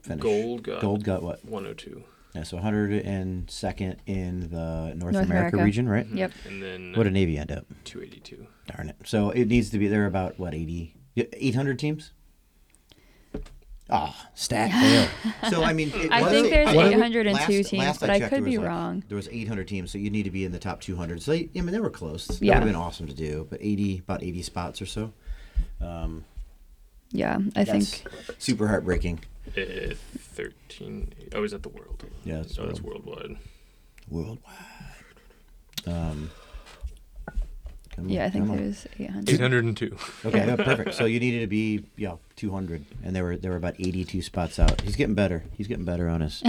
Speaker 2: finish?
Speaker 4: Gold got
Speaker 2: Gold got what?
Speaker 4: 102.
Speaker 2: Yeah, so 102nd in the North,
Speaker 1: America.
Speaker 2: America, region, right?
Speaker 1: Yep.
Speaker 4: And then
Speaker 2: What did Navy end up?
Speaker 4: 282.
Speaker 2: Darn it. So it needs to be there about what 80 yeah, 800 teams? Ah, stat fail. so I mean, it
Speaker 1: I
Speaker 2: was-
Speaker 1: think there's
Speaker 2: what did-
Speaker 1: 802 teams, but I
Speaker 2: checked,
Speaker 1: could
Speaker 2: there was
Speaker 1: be
Speaker 2: like-
Speaker 1: wrong.
Speaker 2: There was 800 teams, so you need to be in the top 200. So they, I mean, they were close. That
Speaker 1: Yeah.
Speaker 2: would have been awesome to do, but 80 about 80 spots or so. Um,
Speaker 1: Yeah, I
Speaker 2: that's
Speaker 1: think.
Speaker 2: super heartbreaking.
Speaker 4: Uh, 13. Oh, is that the world?
Speaker 2: Yeah, that's
Speaker 4: oh, that's worldwide.
Speaker 2: worldwide. Um, come
Speaker 1: Yeah, I
Speaker 2: on,
Speaker 1: think
Speaker 2: come on.
Speaker 1: there's 800.
Speaker 4: 802.
Speaker 2: Okay, no, perfect. So you needed to be yeah 200, and there were there were about 82 spots out. He's getting better. He's getting better on his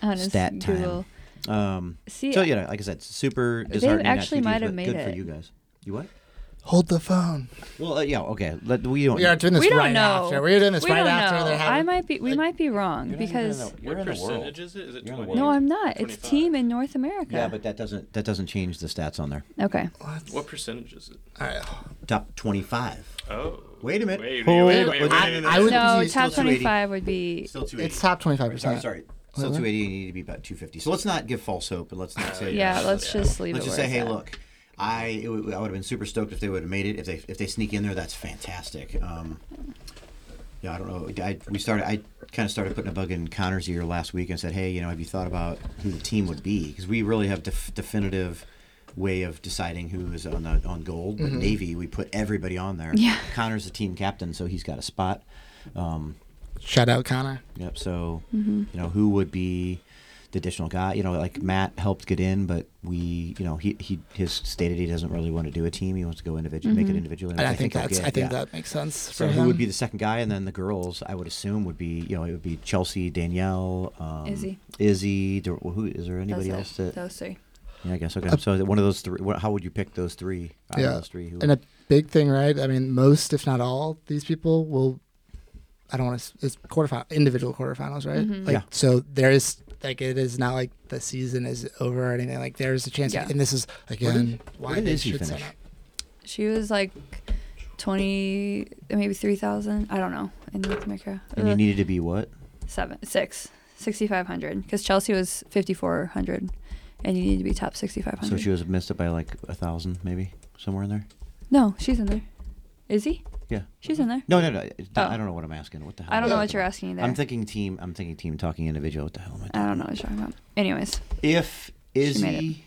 Speaker 1: on his
Speaker 2: stat time.
Speaker 1: Google.
Speaker 2: Um,
Speaker 1: See,
Speaker 2: so you know, like I said, super
Speaker 1: They
Speaker 2: disheartening. not
Speaker 1: actually
Speaker 2: to do,
Speaker 1: might have
Speaker 2: but
Speaker 1: made
Speaker 2: good for
Speaker 1: it.
Speaker 2: you guys. You what?
Speaker 3: Hold the phone.
Speaker 2: Well, uh, yeah, okay. Let, we don't.
Speaker 3: We are doing this
Speaker 1: we don't
Speaker 3: right
Speaker 1: know.
Speaker 3: after. We are doing this
Speaker 1: We
Speaker 3: right
Speaker 1: don't
Speaker 3: after.
Speaker 1: know.
Speaker 3: They're having
Speaker 1: I might be. We might be wrong
Speaker 2: You're not even in
Speaker 1: because.
Speaker 2: the- you're
Speaker 4: what
Speaker 2: in the world.
Speaker 4: percentage is it? Is it
Speaker 2: You're in the
Speaker 4: 20?
Speaker 2: world.
Speaker 1: No, I'm not. It's
Speaker 4: 25.
Speaker 1: team in North America.
Speaker 2: Yeah, but that doesn't that doesn't change the stats on there.
Speaker 1: okay.
Speaker 4: What percentage is it?
Speaker 3: All right.
Speaker 2: Top 25.
Speaker 4: Oh.
Speaker 2: Wait a minute.
Speaker 4: Wait,
Speaker 2: Hold
Speaker 4: wait,
Speaker 2: up.
Speaker 4: wait,
Speaker 2: Was
Speaker 4: wait,
Speaker 2: it-
Speaker 4: wait,
Speaker 3: I
Speaker 4: wait.
Speaker 3: would-
Speaker 1: No,
Speaker 3: it's
Speaker 1: top
Speaker 2: still 280.
Speaker 1: 25 would be.
Speaker 2: Still 280.
Speaker 3: It's top twenty-five
Speaker 2: Sorry,
Speaker 3: percent.
Speaker 2: sorry. Still 280. You need to be about 250. So let's not give false hope, and let's not say
Speaker 1: Yeah, let's just leave
Speaker 2: Let's
Speaker 1: it.
Speaker 2: just
Speaker 1: where
Speaker 2: say, hey,
Speaker 1: it's at.
Speaker 2: look, I it would- I would have been super stoked if they would have made it. If they if they sneak in there, that's fantastic. Um, yeah, I don't know. I, we started. I kind of started putting a bug in Connor's ear last week and said, hey, you know, have you thought about who the team would be? Because we really have def- definitive way of deciding who is on the, on gold. But
Speaker 3: Mm-hmm.
Speaker 2: Navy, we put everybody on there.
Speaker 1: Yeah.
Speaker 2: Connor's the team captain, so he's got a spot. Um,
Speaker 3: Shout out Connor.
Speaker 2: Yep. So,
Speaker 1: Mm-hmm.
Speaker 2: you know, who would be the additional guy? You know, like Matt helped get in, but we, you know, he he his stated he doesn't really want to do a team. He wants to go individual, make it individually.
Speaker 3: And I,
Speaker 2: which
Speaker 3: think,
Speaker 2: he'll
Speaker 3: that's.
Speaker 2: get,
Speaker 3: I think
Speaker 2: yeah.
Speaker 3: that makes sense.
Speaker 2: So
Speaker 3: for
Speaker 2: who
Speaker 3: him.
Speaker 2: would be the second guy, and then the girls? I would assume would be you know it would be Chelsea, Danielle, um,
Speaker 1: Izzy.
Speaker 2: Izzy. there- Who is there anybody
Speaker 1: Those-
Speaker 2: else that?
Speaker 1: Those three.
Speaker 2: Yeah, I guess okay. So one of those three. What, how would you pick those three? out of
Speaker 3: Uh, Yeah.
Speaker 2: those three. Who,
Speaker 3: And a big thing, right? I mean, most, if not all, these people will. I don't want to. It's quarterfinal, individual quarterfinals, right?
Speaker 1: Mm-hmm.
Speaker 3: Like,
Speaker 2: Yeah.
Speaker 3: So there is like it is not like the season is over or anything. Like there's a chance,
Speaker 1: Yeah.
Speaker 3: and this is again why
Speaker 2: where did
Speaker 3: they
Speaker 2: Izzy
Speaker 3: should
Speaker 2: finish?
Speaker 3: set up.
Speaker 1: She was like twenty, maybe three thousand. I don't know in North America.
Speaker 2: And you
Speaker 1: Ugh.
Speaker 2: needed to be what?
Speaker 1: seven, six, 6,500 because Chelsea was 5,400 and you need to be top 6,500.
Speaker 2: So she was missed it by like a thousand, maybe somewhere in there.
Speaker 1: no, she's in there. Is he?
Speaker 2: Yeah.
Speaker 1: She's in there.
Speaker 2: No, no, no. it's not-
Speaker 1: Oh.
Speaker 2: I don't know what I'm asking. What the hell?
Speaker 1: I
Speaker 2: am
Speaker 1: don't know
Speaker 2: talking
Speaker 1: what you're
Speaker 2: about?
Speaker 1: asking either.
Speaker 2: I'm thinking team. I'm thinking team talking individual. What the hell am I? Talking
Speaker 1: I don't know what you're talking about. Anyways,
Speaker 2: If
Speaker 1: She made
Speaker 2: Izzy,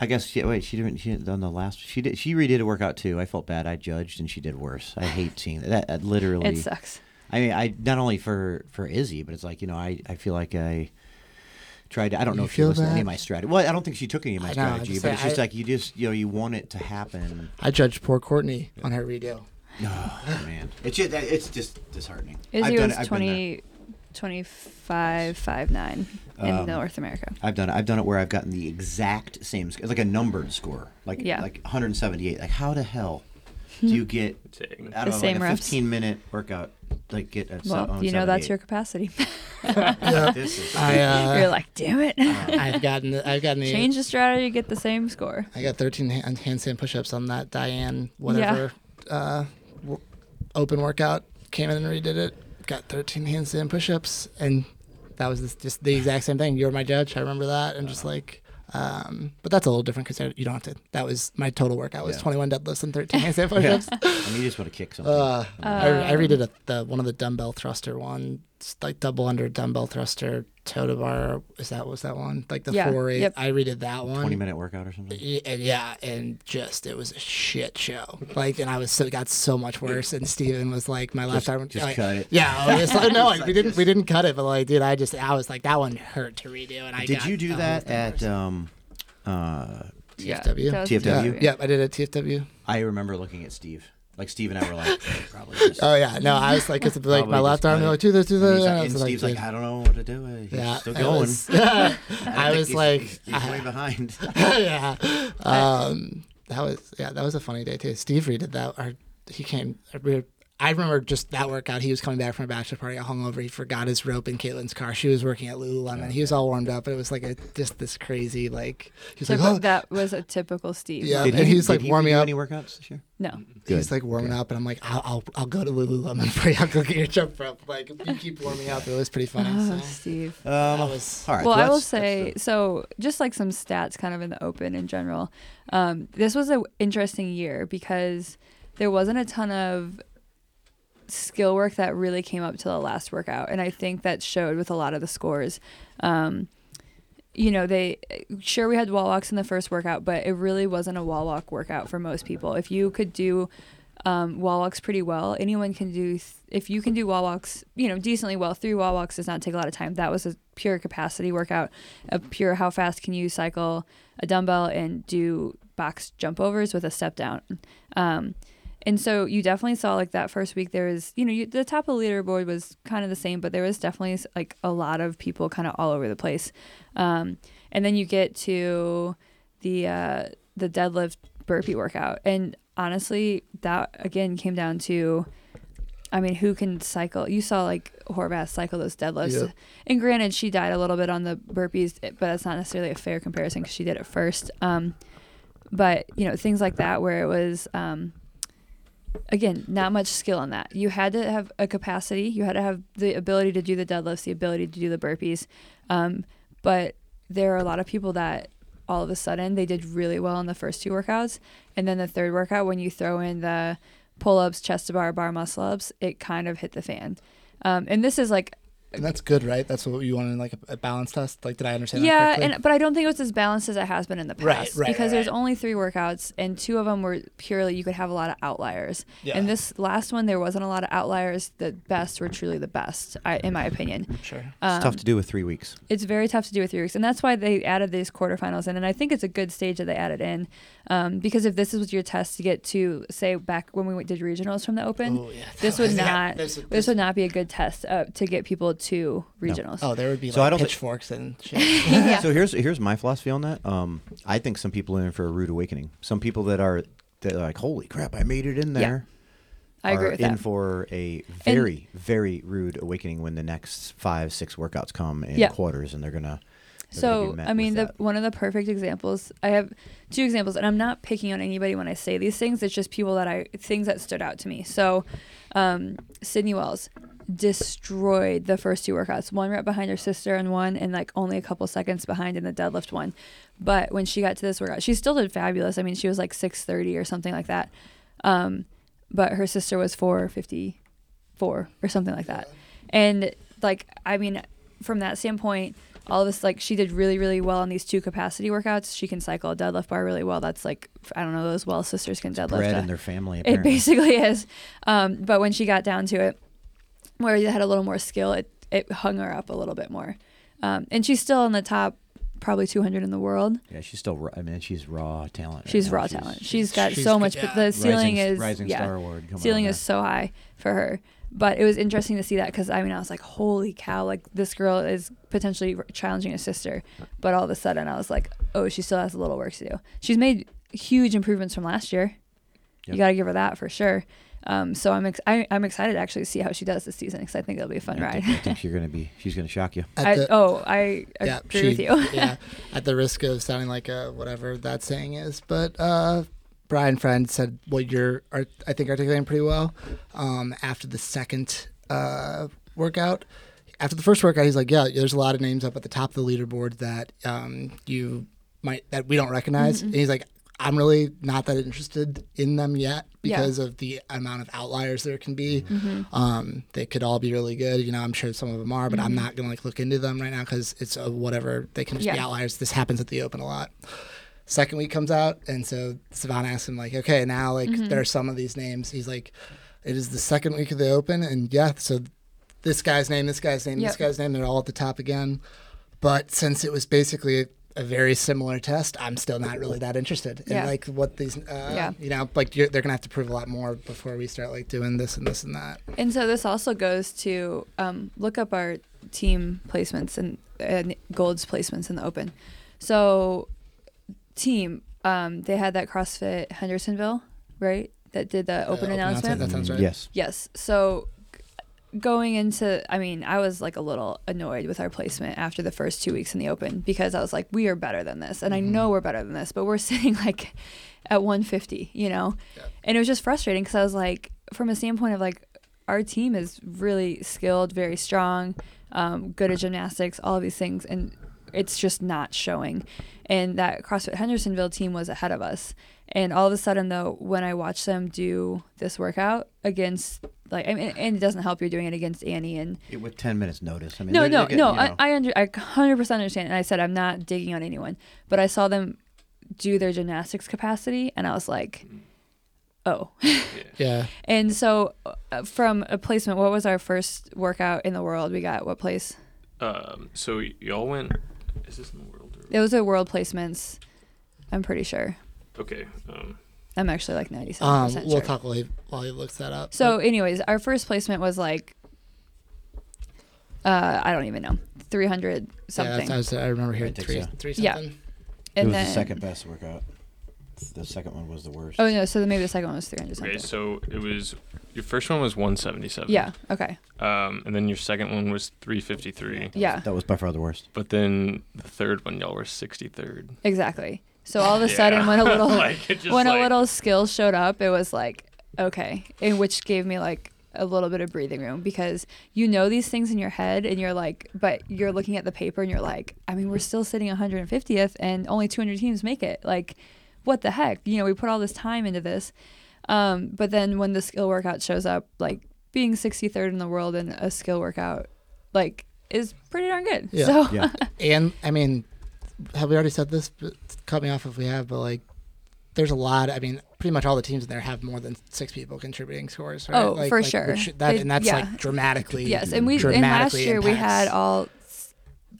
Speaker 2: I guess she, wait, she didn't. She didn't on the last. She did. She redid a workout too. I felt bad. I judged, and she did worse. I hate seeing that. That, that literally.
Speaker 1: it sucks.
Speaker 2: I mean, I not only for for Izzy, but it's like you know, I I feel like I tried. To, I don't know
Speaker 3: You
Speaker 2: if she
Speaker 3: feel
Speaker 2: listened to any
Speaker 3: that?
Speaker 2: of my strategy. Well, I don't think she took any of my
Speaker 3: I know, I
Speaker 2: strategy,
Speaker 3: just
Speaker 2: but
Speaker 3: say
Speaker 2: it's just
Speaker 3: I-
Speaker 2: like you just you know you want it to happen.
Speaker 3: I judged poor Courtney on her redo.
Speaker 2: Oh man, it's just it's just disheartening.
Speaker 1: Izzy
Speaker 2: done
Speaker 1: was
Speaker 2: it- I've been there.
Speaker 1: 20, 25, 5, 9 in
Speaker 2: Um,
Speaker 1: North America.
Speaker 2: I've done it. I've done it where I've gotten the exact same score, like a numbered score, like
Speaker 1: Yeah.
Speaker 2: like 178. Like how the hell do you get
Speaker 4: Dang.
Speaker 2: out
Speaker 1: The
Speaker 2: of like
Speaker 1: same
Speaker 2: a
Speaker 1: reps.
Speaker 2: 15 minute workout like get oh, a
Speaker 1: Well,
Speaker 3: oh,
Speaker 1: you know that's your capacity.
Speaker 2: this is,
Speaker 3: I
Speaker 1: You're
Speaker 3: uh,
Speaker 1: like, damn it.
Speaker 3: I've gotten I've gotten the
Speaker 1: Change the strategy, get the same score.
Speaker 3: I got 13 hand, handstand push-ups on that Diane whatever uh, w- open workout. Came in and redid it. Got 13 handstand push-ups, and that was this, just the exact same thing. You were my judge. I remember that, and just like, um, but that's a little different because you don't have to. That was my total workout was
Speaker 2: Yeah.
Speaker 3: 21 deadlifts and 13 handstand push-ups.
Speaker 2: I mean, you just want to kick something.
Speaker 3: Uh, I, I
Speaker 1: Um,
Speaker 3: redid a, the one of the dumbbell thruster one, s- like double under dumbbell thruster toe to bar. Is that was that one? Like the
Speaker 1: Yeah,
Speaker 3: four eight.
Speaker 1: yep.
Speaker 3: I redid that one.
Speaker 2: 20 minute workout or something.
Speaker 3: Y- and yeah, and just it was a shit show. Like, and I was so it got so much worse. And Steven was like, my left arm.
Speaker 2: just
Speaker 3: like,
Speaker 2: cut it.
Speaker 3: Yeah, I was like, no, like, we didn't we didn't cut it, but like, dude, I just I was like, that one hurt to redo, and I
Speaker 2: Did
Speaker 3: got
Speaker 2: you do
Speaker 3: the whole
Speaker 2: that
Speaker 3: thing
Speaker 2: at
Speaker 3: worse.
Speaker 2: um, uh,
Speaker 1: Yeah,
Speaker 3: TFW?
Speaker 1: that was
Speaker 2: TFW?
Speaker 3: Yeah, yep, I did it at TFW.
Speaker 2: I remember looking at Steve. Like Steve and I were like, probably just.
Speaker 3: Oh yeah, no, I was like, cause like
Speaker 2: probably
Speaker 3: my left
Speaker 2: just
Speaker 3: arm,
Speaker 2: cut
Speaker 3: they're
Speaker 2: it.
Speaker 3: like, do this, do
Speaker 2: And, he's
Speaker 3: this.
Speaker 2: like-
Speaker 3: and I
Speaker 2: and
Speaker 3: was like,
Speaker 2: Steve's like,
Speaker 3: dude,
Speaker 2: I don't know what to do. uh, He's
Speaker 3: yeah,
Speaker 2: still
Speaker 3: I
Speaker 2: going.
Speaker 3: was-
Speaker 2: don't
Speaker 3: I
Speaker 2: think
Speaker 3: was
Speaker 2: he's-
Speaker 3: like,
Speaker 2: he's way behind.
Speaker 3: yeah. Um, that was yeah, that was a funny day too. Steve redid that. Or he came. we were- I remember just that workout. He was coming back from a bachelor party, all hungover. He forgot his rope in Caitlin's car. She was working at Lululemon. He was all warmed up, but it was like a, just this crazy like. He was like,
Speaker 1: Typi-
Speaker 3: oh.
Speaker 1: that was a typical Steve.
Speaker 3: Yeah.
Speaker 2: Did
Speaker 3: And he's,
Speaker 2: did
Speaker 3: like, warming
Speaker 2: do
Speaker 3: up.
Speaker 2: Any workouts this year?
Speaker 1: No.
Speaker 3: He's like warming up, and I'm like, I'll, I'll, I'll go to Lululemon for you. I'll go get your jump rope. Like you keep warming up. It was pretty funny.
Speaker 1: Oh,
Speaker 3: so.
Speaker 1: Steve.
Speaker 2: Um,
Speaker 3: That was-
Speaker 2: all right.
Speaker 1: well,
Speaker 2: so
Speaker 1: I will
Speaker 2: that's- that's
Speaker 1: say so. Just like some stats, kind of in the open in general. Um, this was an interesting year because there wasn't a ton of skill work that really came up till the last workout, and I think that showed with a lot of the scores. Um, you know, they sure we had wall walks in the first workout, but it really wasn't a wall walk workout for most people. If you could do um, wall walks pretty well. Anyone can do th- if you can do wall walks, you know, decently well. Three wall walks does not take a lot of time. That was a pure capacity workout, a pure how fast can you cycle a dumbbell and do box jump overs with a step down. Um, and so you definitely saw like that first week there was you know you, the top of the leaderboard was kind of the same, but there was definitely like a lot of people kind of all over the place. Um, and then you get to the uh, the deadlift burpee workout, and honestly, that again came down to, I mean, who can cycle? You saw like Horvath cycle those deadlifts,
Speaker 3: Yep.
Speaker 1: and granted, she died a little bit on the burpees, eh, but that's not necessarily a fair comparison because she did it first. Um, but you know things like that where it was um, again not much skill in that you had to have a capacity you had to have the ability to do the deadlifts the ability to do the burpees um, but there are a lot of people that all of a sudden they did really well in the first two workouts and then the third workout when you throw in the pull-ups chest to bar bar muscle ups it kind of hit the fan um, and this is like
Speaker 3: And that's good, right? That's what you wanted, like a, a balanced test. Like, did I understand? that
Speaker 1: yeah
Speaker 3: correctly?
Speaker 1: and but i don't think it was as balanced as it has been in the past
Speaker 3: Right, right,
Speaker 1: because
Speaker 3: right,
Speaker 1: there's
Speaker 3: right.
Speaker 1: only three workouts and two of them were purely you could have a lot of outliers
Speaker 3: Yeah.
Speaker 1: and this last one there wasn't a lot of outliers the best were truly the best I, in my opinion Um,
Speaker 3: sure.
Speaker 2: it's tough to do with three weeks.
Speaker 1: it's very tough to do with three weeks and that's why they added these quarterfinals in and i think it's a good stage that they added in um, because if this was your test to get to say back when we did regionals from the open
Speaker 3: Oh, yeah.
Speaker 1: this would
Speaker 3: Yeah,
Speaker 1: not
Speaker 3: this
Speaker 1: this,
Speaker 3: would-
Speaker 1: would not be a good test uh, to get people to regionals
Speaker 3: Oh, there would be like
Speaker 2: So I don't thi-
Speaker 3: pitchforks and shit.
Speaker 1: yeah.
Speaker 2: So here's here's my philosophy on that. Um, I think some people are in for a rude awakening. Some people that are that are like, holy crap, I made it in there.
Speaker 1: i agree
Speaker 2: are
Speaker 1: with
Speaker 2: in
Speaker 1: that
Speaker 2: for a very very rude awakening when the next five six workouts come in
Speaker 1: Yeah.
Speaker 2: quarters, and they're gonna that
Speaker 1: So
Speaker 2: you met
Speaker 1: I mean,
Speaker 2: with
Speaker 1: the,
Speaker 2: that?
Speaker 1: one of the perfect examples I have two examples, and I'm not picking on anybody when I say these things. It's just people that I things that stood out to me. So, um, Sydney Wells destroyed the first two workouts. One right behind her sister, and one and like only a couple seconds behind in the deadlift one. But when she got to this workout, she still did fabulous. I mean, she was like 6:30 or something like that. Um, but her sister was 454 or something like that. And like I mean, from that standpoint, all of us like she did really really well on these two capacity workouts. She can cycle a deadlift bar really well. That's like I don't know those well sisters can deadlift.
Speaker 2: Bread
Speaker 1: a-
Speaker 2: in their family.
Speaker 1: it
Speaker 2: Apparently.
Speaker 1: basically is. Um, but when she got down to it, where you had a little more skill, it it hung her up a little bit more. Um, and she's still in the top probably 200 in the world.
Speaker 2: yeah, she's still. Raw, I mean, she's raw talent. right
Speaker 1: She's
Speaker 2: now.
Speaker 1: raw talent. She's got
Speaker 3: she's
Speaker 1: so
Speaker 3: good,
Speaker 1: much, but
Speaker 3: yeah.
Speaker 1: the ceiling
Speaker 2: rising,
Speaker 1: is
Speaker 2: rising
Speaker 1: yeah,
Speaker 2: star award. coming
Speaker 1: ceiling
Speaker 2: out
Speaker 1: is so high for her. But it was interesting to see that because I mean I was like, holy cow! Like this girl is potentially r- challenging a sister, but all of a sudden I was like, oh, she still has a little work to do. She's made huge improvements from last year.
Speaker 2: Yep.
Speaker 1: You got to give her that for sure. Um, so I'm ex- I, I'm excited to actually see how she does this season because I think it'll be a fun
Speaker 2: there. I
Speaker 1: ride.
Speaker 2: think, I think you're gonna be. She's gonna shock you.
Speaker 3: At
Speaker 1: I,
Speaker 3: the-
Speaker 1: oh, I agree with
Speaker 3: she-
Speaker 1: you.
Speaker 3: yeah, at the risk of sounding like a whatever that saying is, but uh, Brian Friend said what you're, art- I think, articulating pretty well. Um, after the second uh, workout, after the first workout, he's like, "Yeah, there's a lot of names up at the top of the leaderboard that um, you might that we don't
Speaker 1: Mm-hmm.
Speaker 3: recognize." And he's like. I'm really not that interested in them yet
Speaker 1: Yeah. Mm-hmm.
Speaker 3: because of the amount of outliers there can be. Um, they could all be really good. You know, I'm sure some of them are, but
Speaker 1: Mm-hmm.
Speaker 3: I'm not gonna like look into them right now because it's a whatever. They can just be
Speaker 1: Yeah.
Speaker 3: outliers. This happens at the open a lot. Second week comes out, and so Savannah asks him like, okay, now like
Speaker 1: Mm-hmm.
Speaker 3: there are some of these names. He's like, it is the second week of the open, and yeah, so this guy's name, this guy's name, this
Speaker 1: Yep.
Speaker 3: guy's name, they're all at the top again. But since it was basically a very similar test, I'm still not really that interested in
Speaker 1: Yeah.
Speaker 3: like what these, uh,
Speaker 1: Yeah.
Speaker 3: you know, like you're, they're gonna have to prove a lot more before we start like doing this and this and that.
Speaker 1: And so this also goes to um, look up our team placements and, and Gold's placements in the Open. So team, um, they had that CrossFit Hendersonville, right? That did the Open
Speaker 3: Uh,
Speaker 1: announcement.
Speaker 3: That sounds
Speaker 2: Mm,
Speaker 3: right.
Speaker 2: Yes.
Speaker 1: Yes. So g- going into, I mean, I was like a little annoyed with our placement after the first two weeks in the Open because I was like, we are better than this, and I know we're better than this, but we're sitting like at 150, you know, and it was just frustrating because I was like, from a standpoint of like, our team is really skilled, very strong, um, good at gymnastics, all of these things, and it's just not showing. And that CrossFit Hendersonville team was ahead of us. And all of a sudden, though, when I watched them do this workout against, like, I mean, and it doesn't help you're doing it against Annie and
Speaker 2: It- with ten minutes notice. I mean,
Speaker 1: no,
Speaker 2: they're-
Speaker 1: no,
Speaker 2: they're getting,
Speaker 1: no.
Speaker 2: you
Speaker 1: I,
Speaker 2: know-
Speaker 1: I under, I hundred percent understand, and I said I'm not digging on anyone, but I saw them do their gymnastics capacity, and I was like, oh.
Speaker 4: Mm.
Speaker 3: Yeah.
Speaker 1: And so, uh, from a placement, what was our first workout in the world? We got what place?
Speaker 4: Um, so y- y'all went. Is this in the world? Or,
Speaker 1: It was a world placements. I'm pretty sure.
Speaker 4: okay. Um,
Speaker 1: I'm actually like 97
Speaker 3: Um,
Speaker 1: percent
Speaker 3: we'll
Speaker 1: sure.
Speaker 3: talk while he, while he looks that up.
Speaker 1: So, anyways, our first placement was like, uh, I don't even know, 300
Speaker 3: Yeah,
Speaker 1: something.
Speaker 3: that's- I, was- I remember hearing
Speaker 2: I think
Speaker 3: three,
Speaker 2: so.
Speaker 3: three
Speaker 1: Yeah.
Speaker 3: something.
Speaker 2: It
Speaker 1: and
Speaker 2: was
Speaker 1: then,
Speaker 2: the second best workout. The second one was the worst.
Speaker 1: Oh no, so then maybe the second one was 300 something.
Speaker 4: okay. So it was your first one was 177.
Speaker 1: yeah. Okay.
Speaker 4: Um, and then your second one was 353.
Speaker 1: Yeah.
Speaker 2: That was by far the worst.
Speaker 4: But then the third one, y'all were 63rd.
Speaker 1: Exactly. So all of a
Speaker 4: Yeah.
Speaker 1: sudden, when a little
Speaker 4: Like, it just,
Speaker 1: when
Speaker 4: like-
Speaker 1: a little skill showed up, it was like okay, and which gave me like a little bit of breathing room because you know these things in your head, and you're like, but you're looking at the paper, and you're like, I mean, we're still sitting 150th, and only 200 teams make it. Like, what the heck? You know, we put all this time into this, um, but then when the skill workout shows up, like being 63rd in the world in a skill workout, like is pretty darn good.
Speaker 3: Yeah.
Speaker 1: So
Speaker 2: Yeah.
Speaker 3: And I mean, have we already said this? But cut me off if we have. But like, there's a lot. I mean, pretty much all the teams in there have more than six people contributing scores. Right?
Speaker 1: Oh,
Speaker 3: like,
Speaker 1: for
Speaker 3: like,
Speaker 1: sure.
Speaker 3: which- that,
Speaker 1: They-
Speaker 3: and that's
Speaker 1: yeah.
Speaker 3: like dramatically.
Speaker 1: Yes, and we and last
Speaker 3: dramatically
Speaker 1: year we
Speaker 3: impacts.
Speaker 1: had all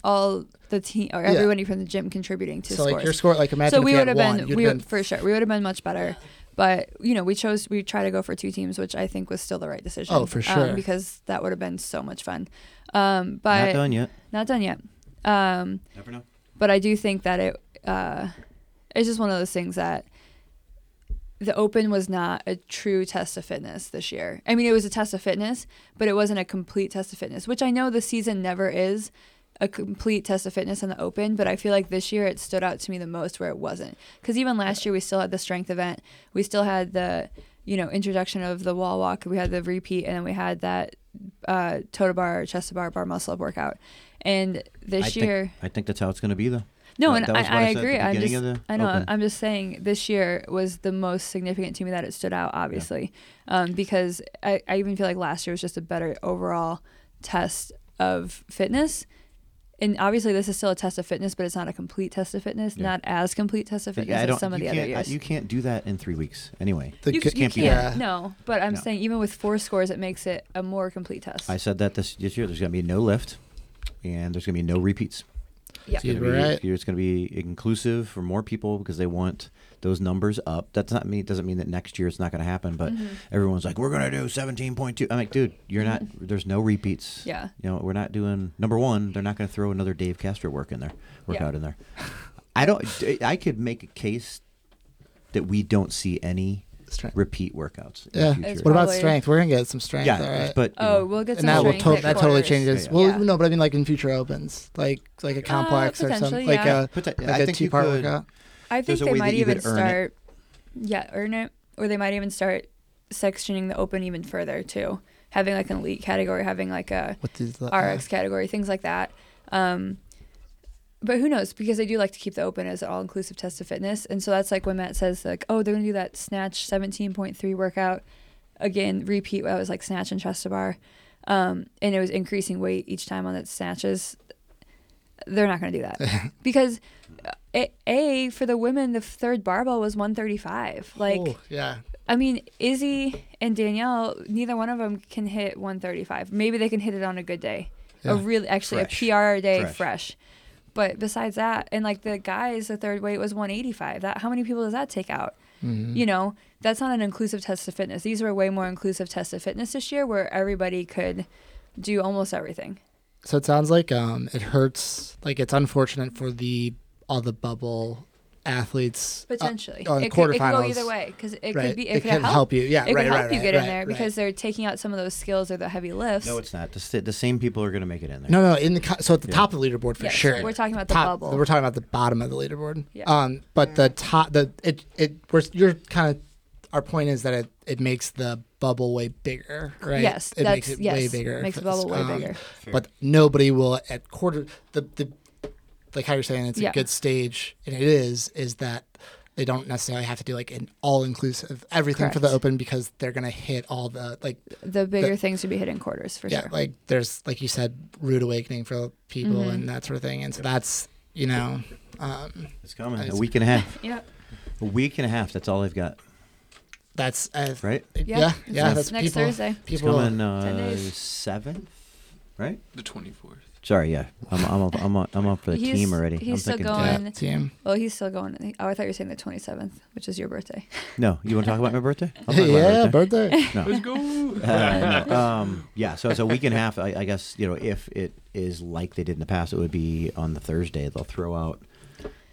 Speaker 1: all the team or everybody from the gym contributing to
Speaker 3: So
Speaker 1: scores.
Speaker 3: like your score, like imagine
Speaker 1: so we
Speaker 3: if you
Speaker 1: would
Speaker 3: had
Speaker 1: have
Speaker 3: one,
Speaker 1: been
Speaker 3: you'd
Speaker 1: we
Speaker 3: have
Speaker 1: would for sure we would have been much better. But you know we chose we try to go for two teams, which I think was still the right decision.
Speaker 3: Oh, for
Speaker 1: um,
Speaker 3: sure.
Speaker 1: because that would have been so much fun. Um, but
Speaker 2: Not done yet.
Speaker 1: not done yet. Um,
Speaker 2: Never know.
Speaker 1: but I do think that it uh, it's just one of those things that the open was not a true test of fitness this year. I mean, it was a test of fitness, but it wasn't a complete test of fitness, which I know the season never is. a complete test of fitness in the open, but I feel like this year it stood out to me the most where it wasn't. Because even last year we still had the strength event, we still had the you know introduction of the wall walk, we had the repeat, and then we had that uh, total bar, chest to bar, bar muscle up workout. And this
Speaker 2: I
Speaker 1: year,
Speaker 2: think, I think that's how it's going to be though.
Speaker 1: no,
Speaker 2: That-
Speaker 1: and
Speaker 2: that was what
Speaker 1: I, I
Speaker 2: said at the
Speaker 1: agree. I'm
Speaker 2: beginning
Speaker 1: just,
Speaker 2: of the
Speaker 1: I know.
Speaker 2: open.
Speaker 1: I'm just saying this year was the most significant to me that it stood out, obviously, um, because I, I even feel like last year was just a better overall test of fitness. And obviously, this is still a test of fitness, but it's not a complete test of fitness, not as complete test of fitness
Speaker 2: Yeah, I
Speaker 1: as
Speaker 2: don't.
Speaker 1: some of
Speaker 2: you
Speaker 1: the other
Speaker 2: can't- uh,
Speaker 1: years.
Speaker 2: You can't do that in three weeks anyway.
Speaker 3: The
Speaker 1: you,
Speaker 3: good-
Speaker 1: you can't,
Speaker 2: be done.
Speaker 1: no, but I'm
Speaker 2: No.
Speaker 1: saying even with four scores, it makes it a more complete test.
Speaker 2: I said that this, this year. There's going to be no lift, and there's going to be no repeats.
Speaker 1: yeah.
Speaker 3: Dude,
Speaker 2: It's gonna be-
Speaker 3: right.
Speaker 2: It's going to be inclusive for more people because they want those numbers up. That's not mean doesn't mean that next year it's not going to happen. But
Speaker 1: Mm-hmm.
Speaker 2: everyone's like, we're going to do seventeen point two. I'm like, dude, you're not. There's no repeats.
Speaker 1: Mm-hmm. Yeah.
Speaker 2: You know, we're not doing number one. They're not going to throw another Dave Castro work in there. Workout
Speaker 1: Yeah.
Speaker 2: in there. I don't. I could make a case that we don't see any
Speaker 3: Strength.
Speaker 2: repeat workouts. in the
Speaker 3: Yeah.
Speaker 2: future.
Speaker 1: It's
Speaker 3: What about
Speaker 1: probably-
Speaker 3: strength? We're gonna get some strength.
Speaker 2: yeah,
Speaker 3: all right?
Speaker 2: but you
Speaker 1: Oh,
Speaker 2: know,
Speaker 1: we'll get some
Speaker 3: and that will
Speaker 1: strength
Speaker 3: to-
Speaker 1: at
Speaker 3: that totally
Speaker 1: quarters.
Speaker 3: changes.
Speaker 2: Yeah,
Speaker 1: yeah.
Speaker 3: Well,
Speaker 1: Yeah. Uh,
Speaker 3: no, but I mean like in future opens, like like a complex or
Speaker 1: potentially,
Speaker 3: something, like
Speaker 1: yeah.
Speaker 3: a
Speaker 2: But that- I
Speaker 3: like a
Speaker 2: think you
Speaker 3: two part
Speaker 2: could-
Speaker 3: workout.
Speaker 1: I think
Speaker 2: There's a
Speaker 1: they
Speaker 2: way
Speaker 1: might
Speaker 2: that you could
Speaker 1: even
Speaker 2: earn it.
Speaker 1: start, yeah, earn it, or they might even start sectioning the open even further too, having like an elite category, having like a
Speaker 3: What does that?
Speaker 1: RX category, things like that. Um, but who knows? Because they do like to keep the open as an all-inclusive test of fitness, and so that's like when Matt says like, "Oh, they're gonna do that snatch 17.3 workout again, repeat." That was like snatch and chest to bar, um, and it was increasing weight each time on that snatches. They're not gonna do that because uh, a, a for the women, the third barbell was 135. Like,
Speaker 3: Oh, yeah,
Speaker 1: I mean, Izzy and Danielle, neither one of them can hit 135. Maybe they can hit it on a good day, a
Speaker 3: Yeah.
Speaker 1: really actually
Speaker 2: Fresh.
Speaker 1: a PR day
Speaker 2: Fresh.
Speaker 1: fresh. But besides that, and like the guys, the third weight was 185. That how many people does that take out?
Speaker 3: Mm-hmm.
Speaker 1: You know, that's not an inclusive test of fitness. These were way more inclusive tests of fitness this year, where everybody could do almost everything.
Speaker 3: So it sounds like um, it hurts. Like it's unfortunate for the all the bubble athletes uh,
Speaker 1: Potentially,
Speaker 3: on
Speaker 1: it, could,
Speaker 3: quarterfinals.
Speaker 1: it could go either way because it
Speaker 3: right?
Speaker 1: could be it, could
Speaker 3: can
Speaker 1: help,
Speaker 3: you. Yeah,
Speaker 1: It
Speaker 3: right,
Speaker 1: could
Speaker 3: right,
Speaker 1: help you
Speaker 3: right,
Speaker 1: get
Speaker 3: right,
Speaker 1: in there
Speaker 3: right.
Speaker 1: because they're taking out some of those skills or the heavy lifts.
Speaker 2: no, it's not. The, sa- the same people are going to make it in there.
Speaker 3: no, no. In the co- so at the top of the leaderboard for
Speaker 1: Yes,
Speaker 3: sure.
Speaker 1: we're talking about the
Speaker 3: top,
Speaker 1: bubble.
Speaker 3: We're talking about the bottom of the leaderboard.
Speaker 1: Yeah.
Speaker 3: Um, but the top, the it it we're you're kind of our point is that it it makes the bubble way bigger, right?
Speaker 1: Yes,
Speaker 3: it
Speaker 1: that's
Speaker 3: makes it
Speaker 1: yes,
Speaker 3: way bigger.
Speaker 1: Makes
Speaker 3: for
Speaker 1: the bubble way
Speaker 3: this, um,
Speaker 1: bigger.
Speaker 3: But nobody will at quarter the the like how you're saying it's
Speaker 1: Yeah.
Speaker 3: a good stage, and it is is that they don't necessarily have to do like an all inclusive everything for the
Speaker 1: Correct.
Speaker 3: open because they're gonna hit all the like
Speaker 1: the bigger things would be hidden quarters for
Speaker 3: yeah
Speaker 1: sure. Mm-hmm.
Speaker 3: like there's like you said rude awakening for people and that sort of thing, and so that's you know um,
Speaker 2: It's coming. A
Speaker 3: Nice.
Speaker 2: week and a half.
Speaker 1: yep.
Speaker 2: A week and a half. That's all I've got.
Speaker 3: that's uh,
Speaker 2: Right?
Speaker 1: Yeah,
Speaker 3: Yeah, yeah,
Speaker 1: it's next-
Speaker 3: that's
Speaker 1: next
Speaker 3: people,
Speaker 1: Thursday. It's
Speaker 2: It's
Speaker 3: People,
Speaker 2: coming
Speaker 1: Ten
Speaker 2: uh,
Speaker 1: days.
Speaker 2: seventh, right?
Speaker 4: The 24th.
Speaker 2: Sorry, yeah. I'm I'm up, I'm up, I'm up for the
Speaker 1: He's-
Speaker 2: team already.
Speaker 1: he's
Speaker 2: I'm
Speaker 1: still
Speaker 2: thinking,
Speaker 3: yeah,
Speaker 1: on-
Speaker 3: team.
Speaker 1: Well, he's still going. Oh, I thought you were saying the 27th, which is your birthday.
Speaker 2: No, you want to talk about my birthday? I'll talk about my
Speaker 3: yeah,
Speaker 2: birthday.
Speaker 3: birthday.
Speaker 4: Let's go.
Speaker 2: Uh, no, um, yeah, so it's a week and a half. I, I guess you know if it is like they did in the past, it would be on the Thursday. They'll throw out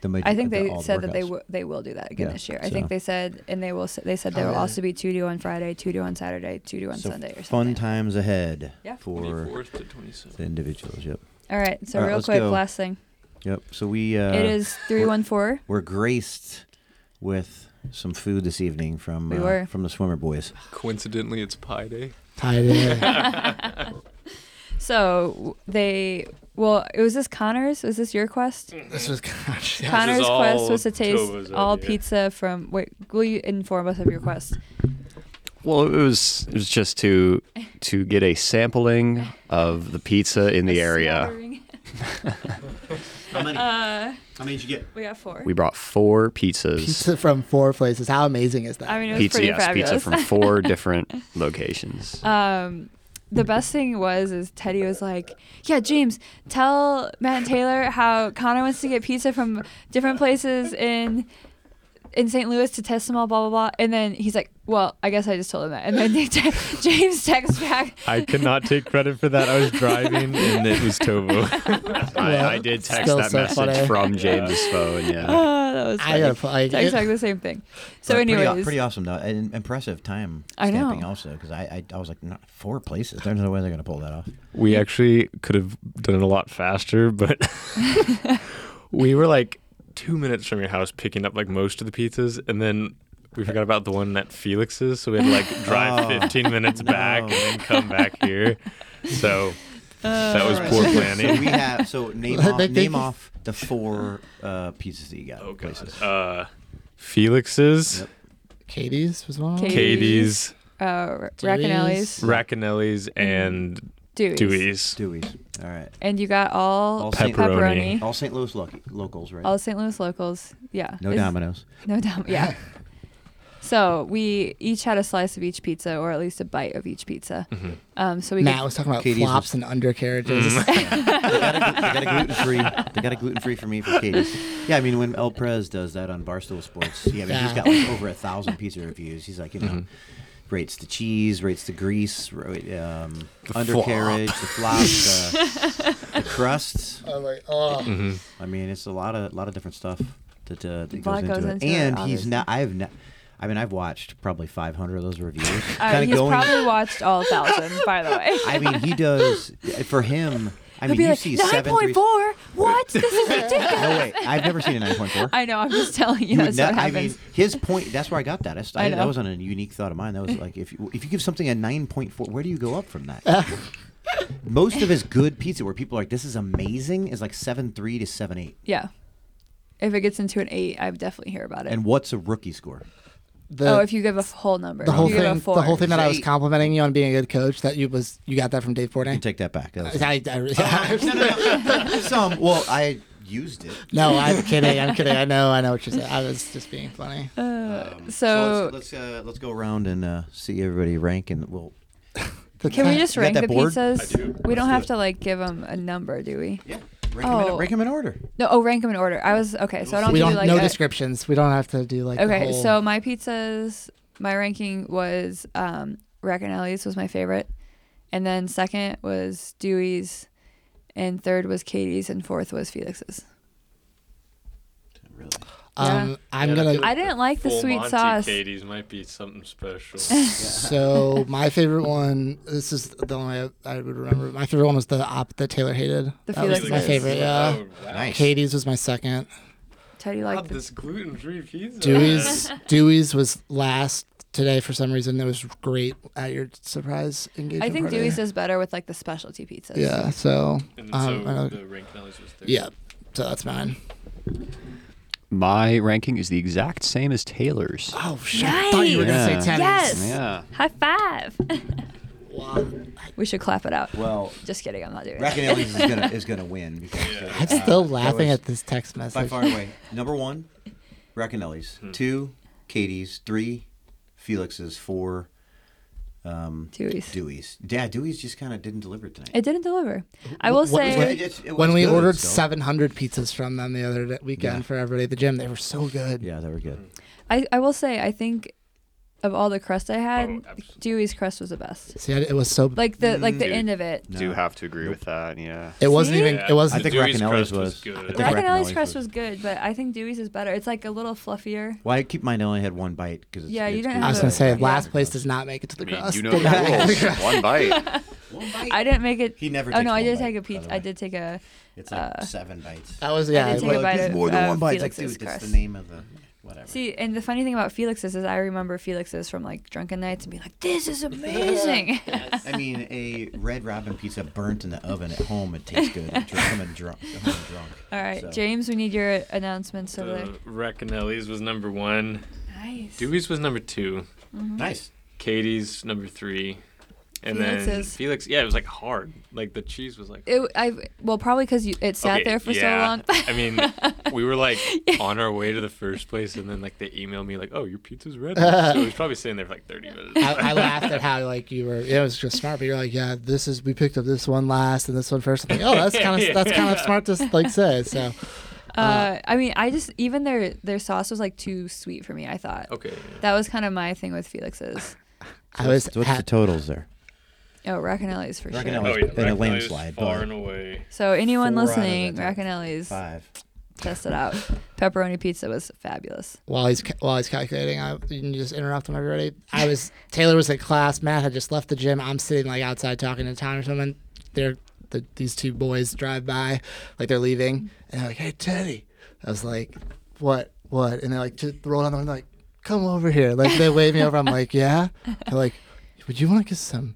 Speaker 2: the. Major,
Speaker 1: I think they
Speaker 2: all the
Speaker 1: said that they
Speaker 2: workouts.
Speaker 1: w- they will do that again
Speaker 2: Yeah,
Speaker 1: this year. I
Speaker 2: so-
Speaker 1: think they said, and they will. s- They said
Speaker 3: Oh,
Speaker 1: there will
Speaker 3: yeah.
Speaker 1: also be two do on Friday, two do on Saturday, two do on
Speaker 2: So
Speaker 1: Sunday, or
Speaker 2: fun
Speaker 1: something.
Speaker 2: times ahead
Speaker 1: Yeah.
Speaker 2: for
Speaker 4: 24th to
Speaker 2: the
Speaker 4: 27th.
Speaker 2: individuals. Yep,
Speaker 1: All right. So
Speaker 2: All right,
Speaker 1: real
Speaker 2: let's
Speaker 1: quick,
Speaker 2: go.
Speaker 1: last thing.
Speaker 2: yep. So we uh,
Speaker 1: it is three one four.
Speaker 2: we're graced with some food this evening from
Speaker 1: We
Speaker 2: uh,
Speaker 1: were.
Speaker 2: from the swimmer boys.
Speaker 4: Coincidentally, it's Pi Day.
Speaker 3: Tie it in.
Speaker 1: So w- they well, it was this Connor's. Was this your quest?
Speaker 3: This was gosh. Yeah.
Speaker 1: Connor's
Speaker 4: is all
Speaker 1: quest was to
Speaker 4: Tova's
Speaker 1: taste all
Speaker 4: idea.
Speaker 1: pizza from. Wait, will you inform us of your quest?
Speaker 5: Well, it was it was just to to get a sampling of the pizza in the
Speaker 1: A
Speaker 5: area.
Speaker 1: smattering.
Speaker 2: How many?
Speaker 1: Uh,
Speaker 2: How many did you get?
Speaker 1: we got four.
Speaker 5: We brought four pizzas.
Speaker 3: Pizza from four places. How amazing is that?
Speaker 1: I mean, it was
Speaker 5: pizza,
Speaker 1: pretty
Speaker 5: yes,
Speaker 1: fabulous.
Speaker 5: pizza from four different locations.
Speaker 1: um, the best thing was is Teddy was like, "Yeah, James, tell Matt and Taylor how Connor wants to get pizza from different places in in St. Louis to test them all, blah blah blah. And then he's like, "Well, I guess I just told him that." And then they te- James texts back,
Speaker 6: I cannot take credit for that. I was driving and it was Tovo.
Speaker 5: I, I did text
Speaker 3: still
Speaker 5: that
Speaker 3: so
Speaker 5: message
Speaker 3: funny.
Speaker 5: from James's phone. Yeah.
Speaker 1: oh, "That was
Speaker 3: I
Speaker 1: funny.
Speaker 3: gotta play.
Speaker 1: text back the same thing." So,
Speaker 2: But
Speaker 1: anyways,
Speaker 2: Uh, pretty, aw- pretty awesome though, and impressive time
Speaker 1: I know.
Speaker 2: stamping also because I, I I was like not four places. There's no way they're gonna pull that off.
Speaker 6: we actually could have done it a lot faster, but
Speaker 4: we were like two minutes from your house picking up like most of the pizzas, and then we forgot about the one at Felix's, so we had to like drive
Speaker 2: Oh,
Speaker 4: 15 minutes back
Speaker 2: no.
Speaker 4: and then come back here. So
Speaker 1: Uh,
Speaker 4: that was poor
Speaker 2: So we
Speaker 4: planning.
Speaker 2: have so name
Speaker 3: Like,
Speaker 2: off,
Speaker 3: they-
Speaker 2: name off the four uh, pizzas that you got.
Speaker 4: Oh god.
Speaker 2: places.
Speaker 4: Uh, Felix's,
Speaker 2: Yep.
Speaker 3: Katie's was one.
Speaker 1: Katie.
Speaker 4: Katie's,
Speaker 1: uh, Ra- Racanelli's,
Speaker 4: Racanelli's, and
Speaker 1: Dewey's.
Speaker 4: Dewey's.
Speaker 2: Dewey's. All right.
Speaker 1: and you got all,
Speaker 2: All Saint-
Speaker 1: pepperoni,
Speaker 2: All St. Louis lo- locals, right?
Speaker 1: all St. Louis locals. Yeah,
Speaker 2: no
Speaker 1: It's-
Speaker 2: Domino's.
Speaker 1: No doubt, yeah. So we each had a slice of each pizza, or at least a bite of each pizza. Um, so we
Speaker 3: Matt
Speaker 1: could,
Speaker 3: was talking about
Speaker 2: Katie's
Speaker 3: flops
Speaker 2: was- Mm-hmm.
Speaker 3: and undercarriages.
Speaker 2: They got a gluten free. They got a gluten free for me for Katie's. Yeah, I mean when El Prez does that on Barstool Sports, yeah, I mean, he's got like over a thousand pizza reviews. He's like, you know, rates the cheese, rates the grease, ra- um, undercarriage, the flop, the, the crust.
Speaker 3: I'm like, oh.
Speaker 2: I mean, it's a lot of lot of different stuff that, uh, that goes,
Speaker 1: Lot
Speaker 2: into,
Speaker 1: goes
Speaker 2: it.
Speaker 1: into it,
Speaker 2: and he's
Speaker 1: obviously.
Speaker 2: not. I've not. I mean, I've watched probably 500 of those reviews.
Speaker 1: uh,
Speaker 2: Kinda
Speaker 1: he's probably watched all thousand, by the way.
Speaker 2: I mean, he does. For him, I mean,
Speaker 1: He'll
Speaker 2: you
Speaker 1: be
Speaker 2: see
Speaker 1: like nine
Speaker 2: seven.
Speaker 1: point
Speaker 2: threes-
Speaker 1: four. What? This is ridiculous.
Speaker 2: No way. I've never seen a 9.4.
Speaker 1: I know. I'm just telling you.
Speaker 2: You would
Speaker 1: that's
Speaker 2: not-
Speaker 1: what
Speaker 2: I
Speaker 1: happens.
Speaker 2: mean, his point. That's where I got that. I,
Speaker 1: I
Speaker 2: that
Speaker 1: know.
Speaker 2: wasn't a unique thought of mine. That was like, if you, if you give something a 9.4, where do you go up from that? Most of his good pizza, where people are like, "This is amazing," is like seven three to seven eight.
Speaker 1: yeah. If it gets into an eight, I would definitely hear about it.
Speaker 2: And what's a rookie score?
Speaker 3: The,
Speaker 1: oh, if you give a whole number,
Speaker 3: the
Speaker 1: if
Speaker 3: whole
Speaker 1: you give
Speaker 3: thing,
Speaker 1: a four.
Speaker 3: the whole thing that I was
Speaker 2: Say-
Speaker 3: complimenting you on being a good coach, that you was you got that from Dave
Speaker 2: You can
Speaker 3: Bourdain.
Speaker 2: take that back. That was-
Speaker 3: I,
Speaker 4: Oh,
Speaker 3: I,
Speaker 2: Some. Well, I used it.
Speaker 3: no, I'm kidding. I'm kidding. I know. I know what you're saying. I was just being funny.
Speaker 2: Um,
Speaker 1: Uh, so-
Speaker 2: let's let's, uh, let's go around and uh, see everybody rank, and we'll.
Speaker 3: The
Speaker 1: Can we
Speaker 3: time-
Speaker 1: just
Speaker 2: You got
Speaker 1: rank
Speaker 2: that
Speaker 1: the
Speaker 2: board?
Speaker 1: pizzas?
Speaker 4: I do.
Speaker 1: We don't
Speaker 4: Let's do
Speaker 1: have
Speaker 4: it.
Speaker 1: to like give them a number, do we?
Speaker 2: Yeah. Rank, them in,
Speaker 1: Oh.
Speaker 2: rank 'em in order.
Speaker 1: No. Oh, rank them in order. I was okay. So I don't. have
Speaker 3: we
Speaker 1: to
Speaker 3: don't
Speaker 1: do like
Speaker 3: no
Speaker 1: a-
Speaker 3: descriptions. We don't have to do like the
Speaker 1: Okay,
Speaker 3: whole-
Speaker 1: so my pizzas, my ranking was um, Racanelli's was my favorite, and then second was Dewey's, and third was Katie's, and fourth was Felix's.
Speaker 2: Really?
Speaker 3: um,
Speaker 1: yeah.
Speaker 3: I'm
Speaker 4: Yeah,
Speaker 3: gonna
Speaker 4: that's
Speaker 1: I didn't like the
Speaker 4: Full
Speaker 1: sweet
Speaker 4: Monty
Speaker 1: sauce.
Speaker 4: Katie's might be something special.
Speaker 3: So my favorite one. This is the only way I, I would remember. My favorite one was the op that Taylor hated.
Speaker 1: The
Speaker 3: that was
Speaker 1: Felix's.
Speaker 3: my favorite. Yeah.
Speaker 4: Oh, wow.
Speaker 2: Nice.
Speaker 3: Katie's was my second.
Speaker 1: Teddy
Speaker 4: God,
Speaker 1: liked
Speaker 4: this gluten-free pizza.
Speaker 3: Dewey's Dewey's was last today for some reason. It was great at your surprise
Speaker 1: it.
Speaker 3: engagement.
Speaker 1: I think
Speaker 3: party.
Speaker 1: Dewey's does better with like the specialty pizzas.
Speaker 3: Yeah. So.
Speaker 4: And
Speaker 3: Um,
Speaker 4: so
Speaker 3: I
Speaker 4: the
Speaker 3: know-
Speaker 4: Rankinelli's was there.
Speaker 3: Yeah. So that's mine.
Speaker 5: My ranking is the exact same as Taylor's.
Speaker 3: Oh shit! I thought you were gonna
Speaker 5: Nice.
Speaker 3: say tennis.
Speaker 1: Yes.
Speaker 5: Yeah.
Speaker 1: High five.
Speaker 3: Wow.
Speaker 1: we should clap it out.
Speaker 2: Well,
Speaker 1: Just kidding. I'm not doing it.
Speaker 2: Rackin' Aliens is gonna is gonna win because uh,
Speaker 3: I'm still
Speaker 2: that
Speaker 3: laughing
Speaker 2: was
Speaker 3: at this text message.
Speaker 2: by far and away number one, Rackinelli's
Speaker 4: Hmm.
Speaker 2: two, Katie's three, Felix's four, um,
Speaker 1: Dewey's.
Speaker 2: Dewey's. Dad, Dewey's just kind of didn't deliver tonight.
Speaker 1: It didn't deliver. I will
Speaker 3: what-
Speaker 1: say.
Speaker 2: Well, it- it- it
Speaker 3: when
Speaker 2: was
Speaker 3: we
Speaker 2: good,
Speaker 3: ordered
Speaker 2: so-
Speaker 3: 700 pizzas from them the other day, weekend
Speaker 2: Yeah.
Speaker 3: for everybody at the gym, they were so good.
Speaker 2: Yeah, they were good.
Speaker 4: Mm.
Speaker 1: I, I will say I think of all the crust I had,
Speaker 4: Oh, absolutely.
Speaker 1: Dewey's crust was the best.
Speaker 3: See, I- it was so.
Speaker 1: Like the like the
Speaker 5: Mm.
Speaker 1: end of it.
Speaker 5: Do have to agree with that. Yeah.
Speaker 3: it wasn't
Speaker 1: See?
Speaker 3: even.
Speaker 4: Yeah,
Speaker 3: It wasn't.
Speaker 2: I think
Speaker 4: Dewey's
Speaker 2: Rackinelli's
Speaker 4: crust was
Speaker 2: was-
Speaker 4: good.
Speaker 2: I think
Speaker 4: Rac-
Speaker 1: Racanelli's
Speaker 2: Racanelli's
Speaker 1: crust
Speaker 2: was-
Speaker 1: was good, but I think Dewey's is better. It's like a little fluffier.
Speaker 2: Well, I keep mine. I only had one bite because
Speaker 1: Yeah, you didn't
Speaker 3: I was
Speaker 1: have
Speaker 3: gonna say
Speaker 1: Yeah.
Speaker 3: last place does not make it to the
Speaker 5: I mean,
Speaker 3: crust.
Speaker 5: you know
Speaker 3: Did not make it to the
Speaker 5: the rules.
Speaker 3: crust.
Speaker 5: One bite.
Speaker 1: I didn't make it.
Speaker 2: He never
Speaker 1: Oh
Speaker 2: takes
Speaker 1: no, I
Speaker 2: one
Speaker 1: did
Speaker 2: bite,
Speaker 1: take a
Speaker 2: by
Speaker 1: pizza.
Speaker 2: the
Speaker 1: I
Speaker 2: way.
Speaker 1: did take a.
Speaker 2: It's like
Speaker 1: uh,
Speaker 2: seven bites.
Speaker 3: That was yeah.
Speaker 1: I
Speaker 3: it
Speaker 1: did take
Speaker 3: was-
Speaker 1: a bite
Speaker 2: It's
Speaker 1: of
Speaker 2: more than
Speaker 1: uh,
Speaker 2: one bite. It's like,
Speaker 1: Felix's
Speaker 2: dude, that's the
Speaker 1: crust.
Speaker 2: name of the whatever.
Speaker 1: See, and the funny thing about Felix's is I remember Felix's from like drunken nights and be like, "This is amazing."
Speaker 2: I mean, a red robin pizza burnt in the oven at home. It tastes good. Dr- Coming drunk. Coming drunk.
Speaker 1: All right,
Speaker 2: So-
Speaker 1: James, we need your announcements over there.
Speaker 4: Uh, Racanelli's was number one.
Speaker 1: Nice.
Speaker 4: Dewey's was number two.
Speaker 3: Mm-hmm.
Speaker 2: Nice.
Speaker 4: Katie's number three. And then
Speaker 1: Felix's.
Speaker 4: Felix, yeah, it was like hard. Like the cheese was like.
Speaker 1: It, I well probably because it sat
Speaker 4: Okay,
Speaker 1: there for
Speaker 4: yeah.
Speaker 1: so long.
Speaker 4: I mean, we were like on our way to the first place, and then like they emailed me like, "Oh, your pizza's ready." so it was probably sitting there for like 30 minutes.
Speaker 3: I, I laughed at how like you were. It was just smart, but you're like, yeah, this is. We picked up this one last and this one first. I'm like, oh, that's kind of that's kind of smart to like say. So
Speaker 1: Uh, I mean, I just even their their sauce was like too sweet for me. I thought
Speaker 4: Okay.
Speaker 1: that was kind of my thing with Felix's.
Speaker 3: I was
Speaker 2: So what's
Speaker 3: ha-
Speaker 2: the totals there?
Speaker 1: Oh, Racanelli's for
Speaker 2: Racanelli's.
Speaker 1: sure.
Speaker 2: Oh, yeah, In a Racanelli's landslide,
Speaker 4: Far
Speaker 2: but-
Speaker 4: and away.
Speaker 1: So anyone
Speaker 2: Four out of
Speaker 1: listening,
Speaker 2: that top
Speaker 1: Racanelli's,
Speaker 2: Five.
Speaker 1: test it out. Pepperoni pizza was fabulous.
Speaker 3: while he's ca- while he's calculating. I you can just interrupt him everybody. I was Taylor was at class. Matt had just left the gym. I'm sitting like outside talking to Tom or something. They're the, these two boys drive by, like they're leaving, and they're like, "Hey, Teddy." I was like, "What? What?" And they're like, just roll down the window, like, "Come over here." Like they wave me over. I'm like, "Yeah." They're like, "Would you want to get some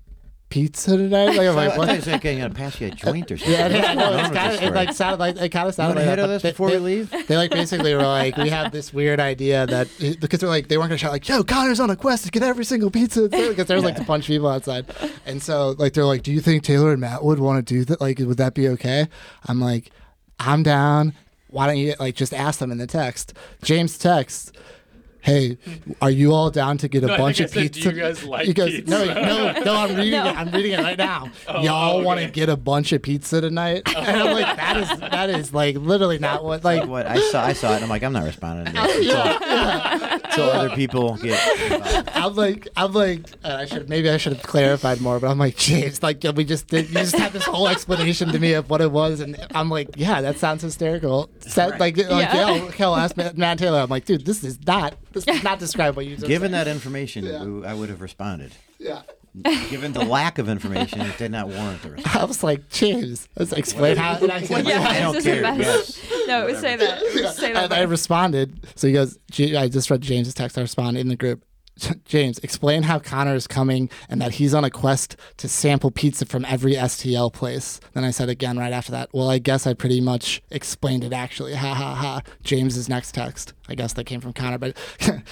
Speaker 3: pizza tonight?" Like I'm
Speaker 2: I
Speaker 3: like,
Speaker 2: thought you
Speaker 3: "What?"
Speaker 2: was like getting a pass you a joint or something.
Speaker 3: Yeah, I know.
Speaker 2: What's going
Speaker 3: It's kinda,
Speaker 2: on with this
Speaker 3: it like
Speaker 2: story?
Speaker 3: sounded like it kind
Speaker 2: You
Speaker 3: of sounded
Speaker 2: want to
Speaker 3: like
Speaker 2: hit on
Speaker 3: that, but
Speaker 2: this
Speaker 3: they-
Speaker 2: before
Speaker 3: they-
Speaker 2: we leave?
Speaker 3: they like basically were like, we have this weird idea that because they're like they weren't gonna shout like, yo, Connor's on a quest to get every single pizza because there's like a bunch of people outside, and so like they're like, do you think Taylor and Matt would want to do that? Like, would that be okay? I'm like, I'm down. Why don't you like just ask them in the text? James texts. Hey, are you all down to get a
Speaker 4: No, I
Speaker 3: bunch
Speaker 4: think I
Speaker 3: of
Speaker 4: said, "Do
Speaker 3: pizza?
Speaker 4: you guys like
Speaker 3: He goes, No,
Speaker 4: pizza?" Oh,
Speaker 3: no, no. I'm reading it. I'm reading it right now. Y'all
Speaker 4: okay.
Speaker 3: want to get a bunch of pizza tonight? And I'm like, that is that is like literally not what like
Speaker 2: What I saw, I saw it, and I'm like, I'm not responding to this until other people get. involved.
Speaker 3: I'm like, I'm like, uh, I should maybe I should have clarified more, but I'm like, James, like we just did, you just had this whole explanation to me of what it was, and I'm like, yeah, that sounds hysterical. Sound, Like, like
Speaker 1: Yeah.
Speaker 3: yeah, Kel asked Matt, Matt Taylor, I'm like, dude, this is not, this does not describe what you just
Speaker 2: Given
Speaker 3: said.
Speaker 2: that information,
Speaker 3: Yeah.
Speaker 2: we- I would have responded.
Speaker 3: Yeah.
Speaker 2: Given the lack of information, it did not warrant the response.
Speaker 3: I was like, James, let's explain how. And I, said,
Speaker 1: Yeah,
Speaker 2: I
Speaker 1: it's
Speaker 2: don't
Speaker 1: just the
Speaker 2: care.
Speaker 1: best.
Speaker 2: Yes.
Speaker 1: No, say that. Say that.
Speaker 3: and I responded. So he goes, J- I just read James's text. I responded in the group. James, explain how Connor is coming and that he's on a quest to sample pizza from every STL place. Then I said again right after that, well, I guess I pretty much explained it actually. Ha ha ha. James's next text. I guess that came from Connor, but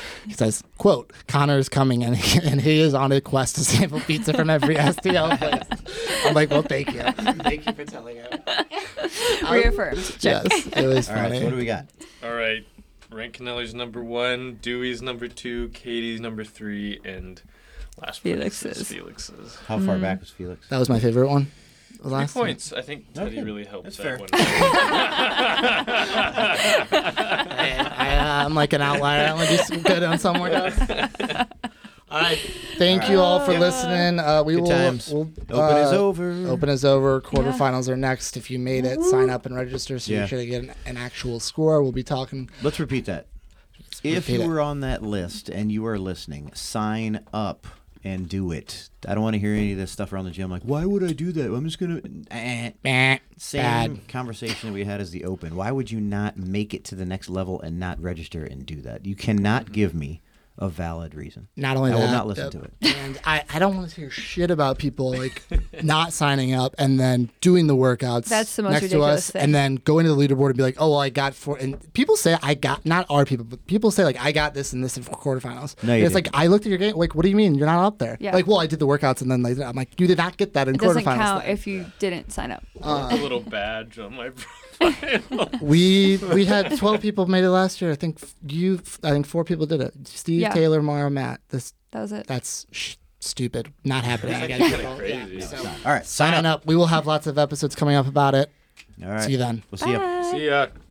Speaker 3: he says, quote, Connor is coming and he, and he is on a quest to sample pizza from every STL place. I'm like, well, thank you. Thank you for telling him.
Speaker 1: Reaffirmed. Check.
Speaker 3: Yes, it was
Speaker 2: All
Speaker 3: funny.
Speaker 2: right, so what do we got?
Speaker 4: All right. Rank Canelli's number one, Dewey's number two, Katie's number three, and last one is
Speaker 1: Felix's.
Speaker 4: Felix's.
Speaker 2: How far back was Felix?
Speaker 3: That was my favorite one. The
Speaker 4: Three
Speaker 3: last one.
Speaker 4: points. I think Teddy
Speaker 2: Okay.
Speaker 4: really helped
Speaker 2: That's fair.
Speaker 4: that one.
Speaker 3: I, uh, I'm like an outlier. I'm just good on somewhere else. All right. Thank you all for listening. Uh, we
Speaker 2: Good
Speaker 3: will.
Speaker 2: times.
Speaker 3: We'll,
Speaker 2: Open is
Speaker 3: uh,
Speaker 2: over.
Speaker 3: Open is over. Quarterfinals are next. If you made it, sign up and register so
Speaker 2: Yeah.
Speaker 3: you're sure to get an, an actual score. We'll be talking.
Speaker 2: Let's repeat that. If
Speaker 3: repeat
Speaker 2: you
Speaker 3: it.
Speaker 2: were on that list and you are listening, sign up and do it. I don't want to hear any of this stuff around the gym. Like, why would I do that? I'm just gonna. Eh.
Speaker 3: Meh.
Speaker 2: Same
Speaker 3: Bad.
Speaker 2: conversation that we had as the open. Why would you not make it to the next level and not register and do that? You cannot give me a valid reason.
Speaker 3: Not only
Speaker 2: I
Speaker 3: that,
Speaker 2: will not listen
Speaker 3: uh,
Speaker 2: to it.
Speaker 3: And I, I don't want to hear shit about people like not signing up and then doing the workouts
Speaker 1: That's the most
Speaker 3: next to
Speaker 1: ridiculous
Speaker 3: us
Speaker 1: thing.
Speaker 3: and then going to the leaderboard and be like, oh, well, I got four. And people say I got not our people, but people say like I got this and this in quarterfinals.
Speaker 2: No, you
Speaker 3: it's like
Speaker 2: didn't.
Speaker 3: I looked at your game. Like, what do you mean you're not up there?
Speaker 1: Yeah.
Speaker 3: Like, well, I did the workouts and then like I'm like, you did not get that in
Speaker 1: It
Speaker 3: quarterfinals.
Speaker 1: doesn't count
Speaker 3: then."
Speaker 1: if you didn't sign up.
Speaker 4: a little badge on my profile.
Speaker 3: we we had 12 people made it last year. I think f- you, I think four people did it. Steve,
Speaker 1: Yeah.
Speaker 3: Taylor, Mara, Matt. This
Speaker 1: That was it.
Speaker 3: that's sh- stupid. Not happening. again.
Speaker 4: Kinda crazy.
Speaker 2: All right, sign,
Speaker 3: sign up. We will have lots of episodes coming up about it.
Speaker 2: All right,
Speaker 3: See you then.
Speaker 2: We'll see uh, you.
Speaker 4: See ya.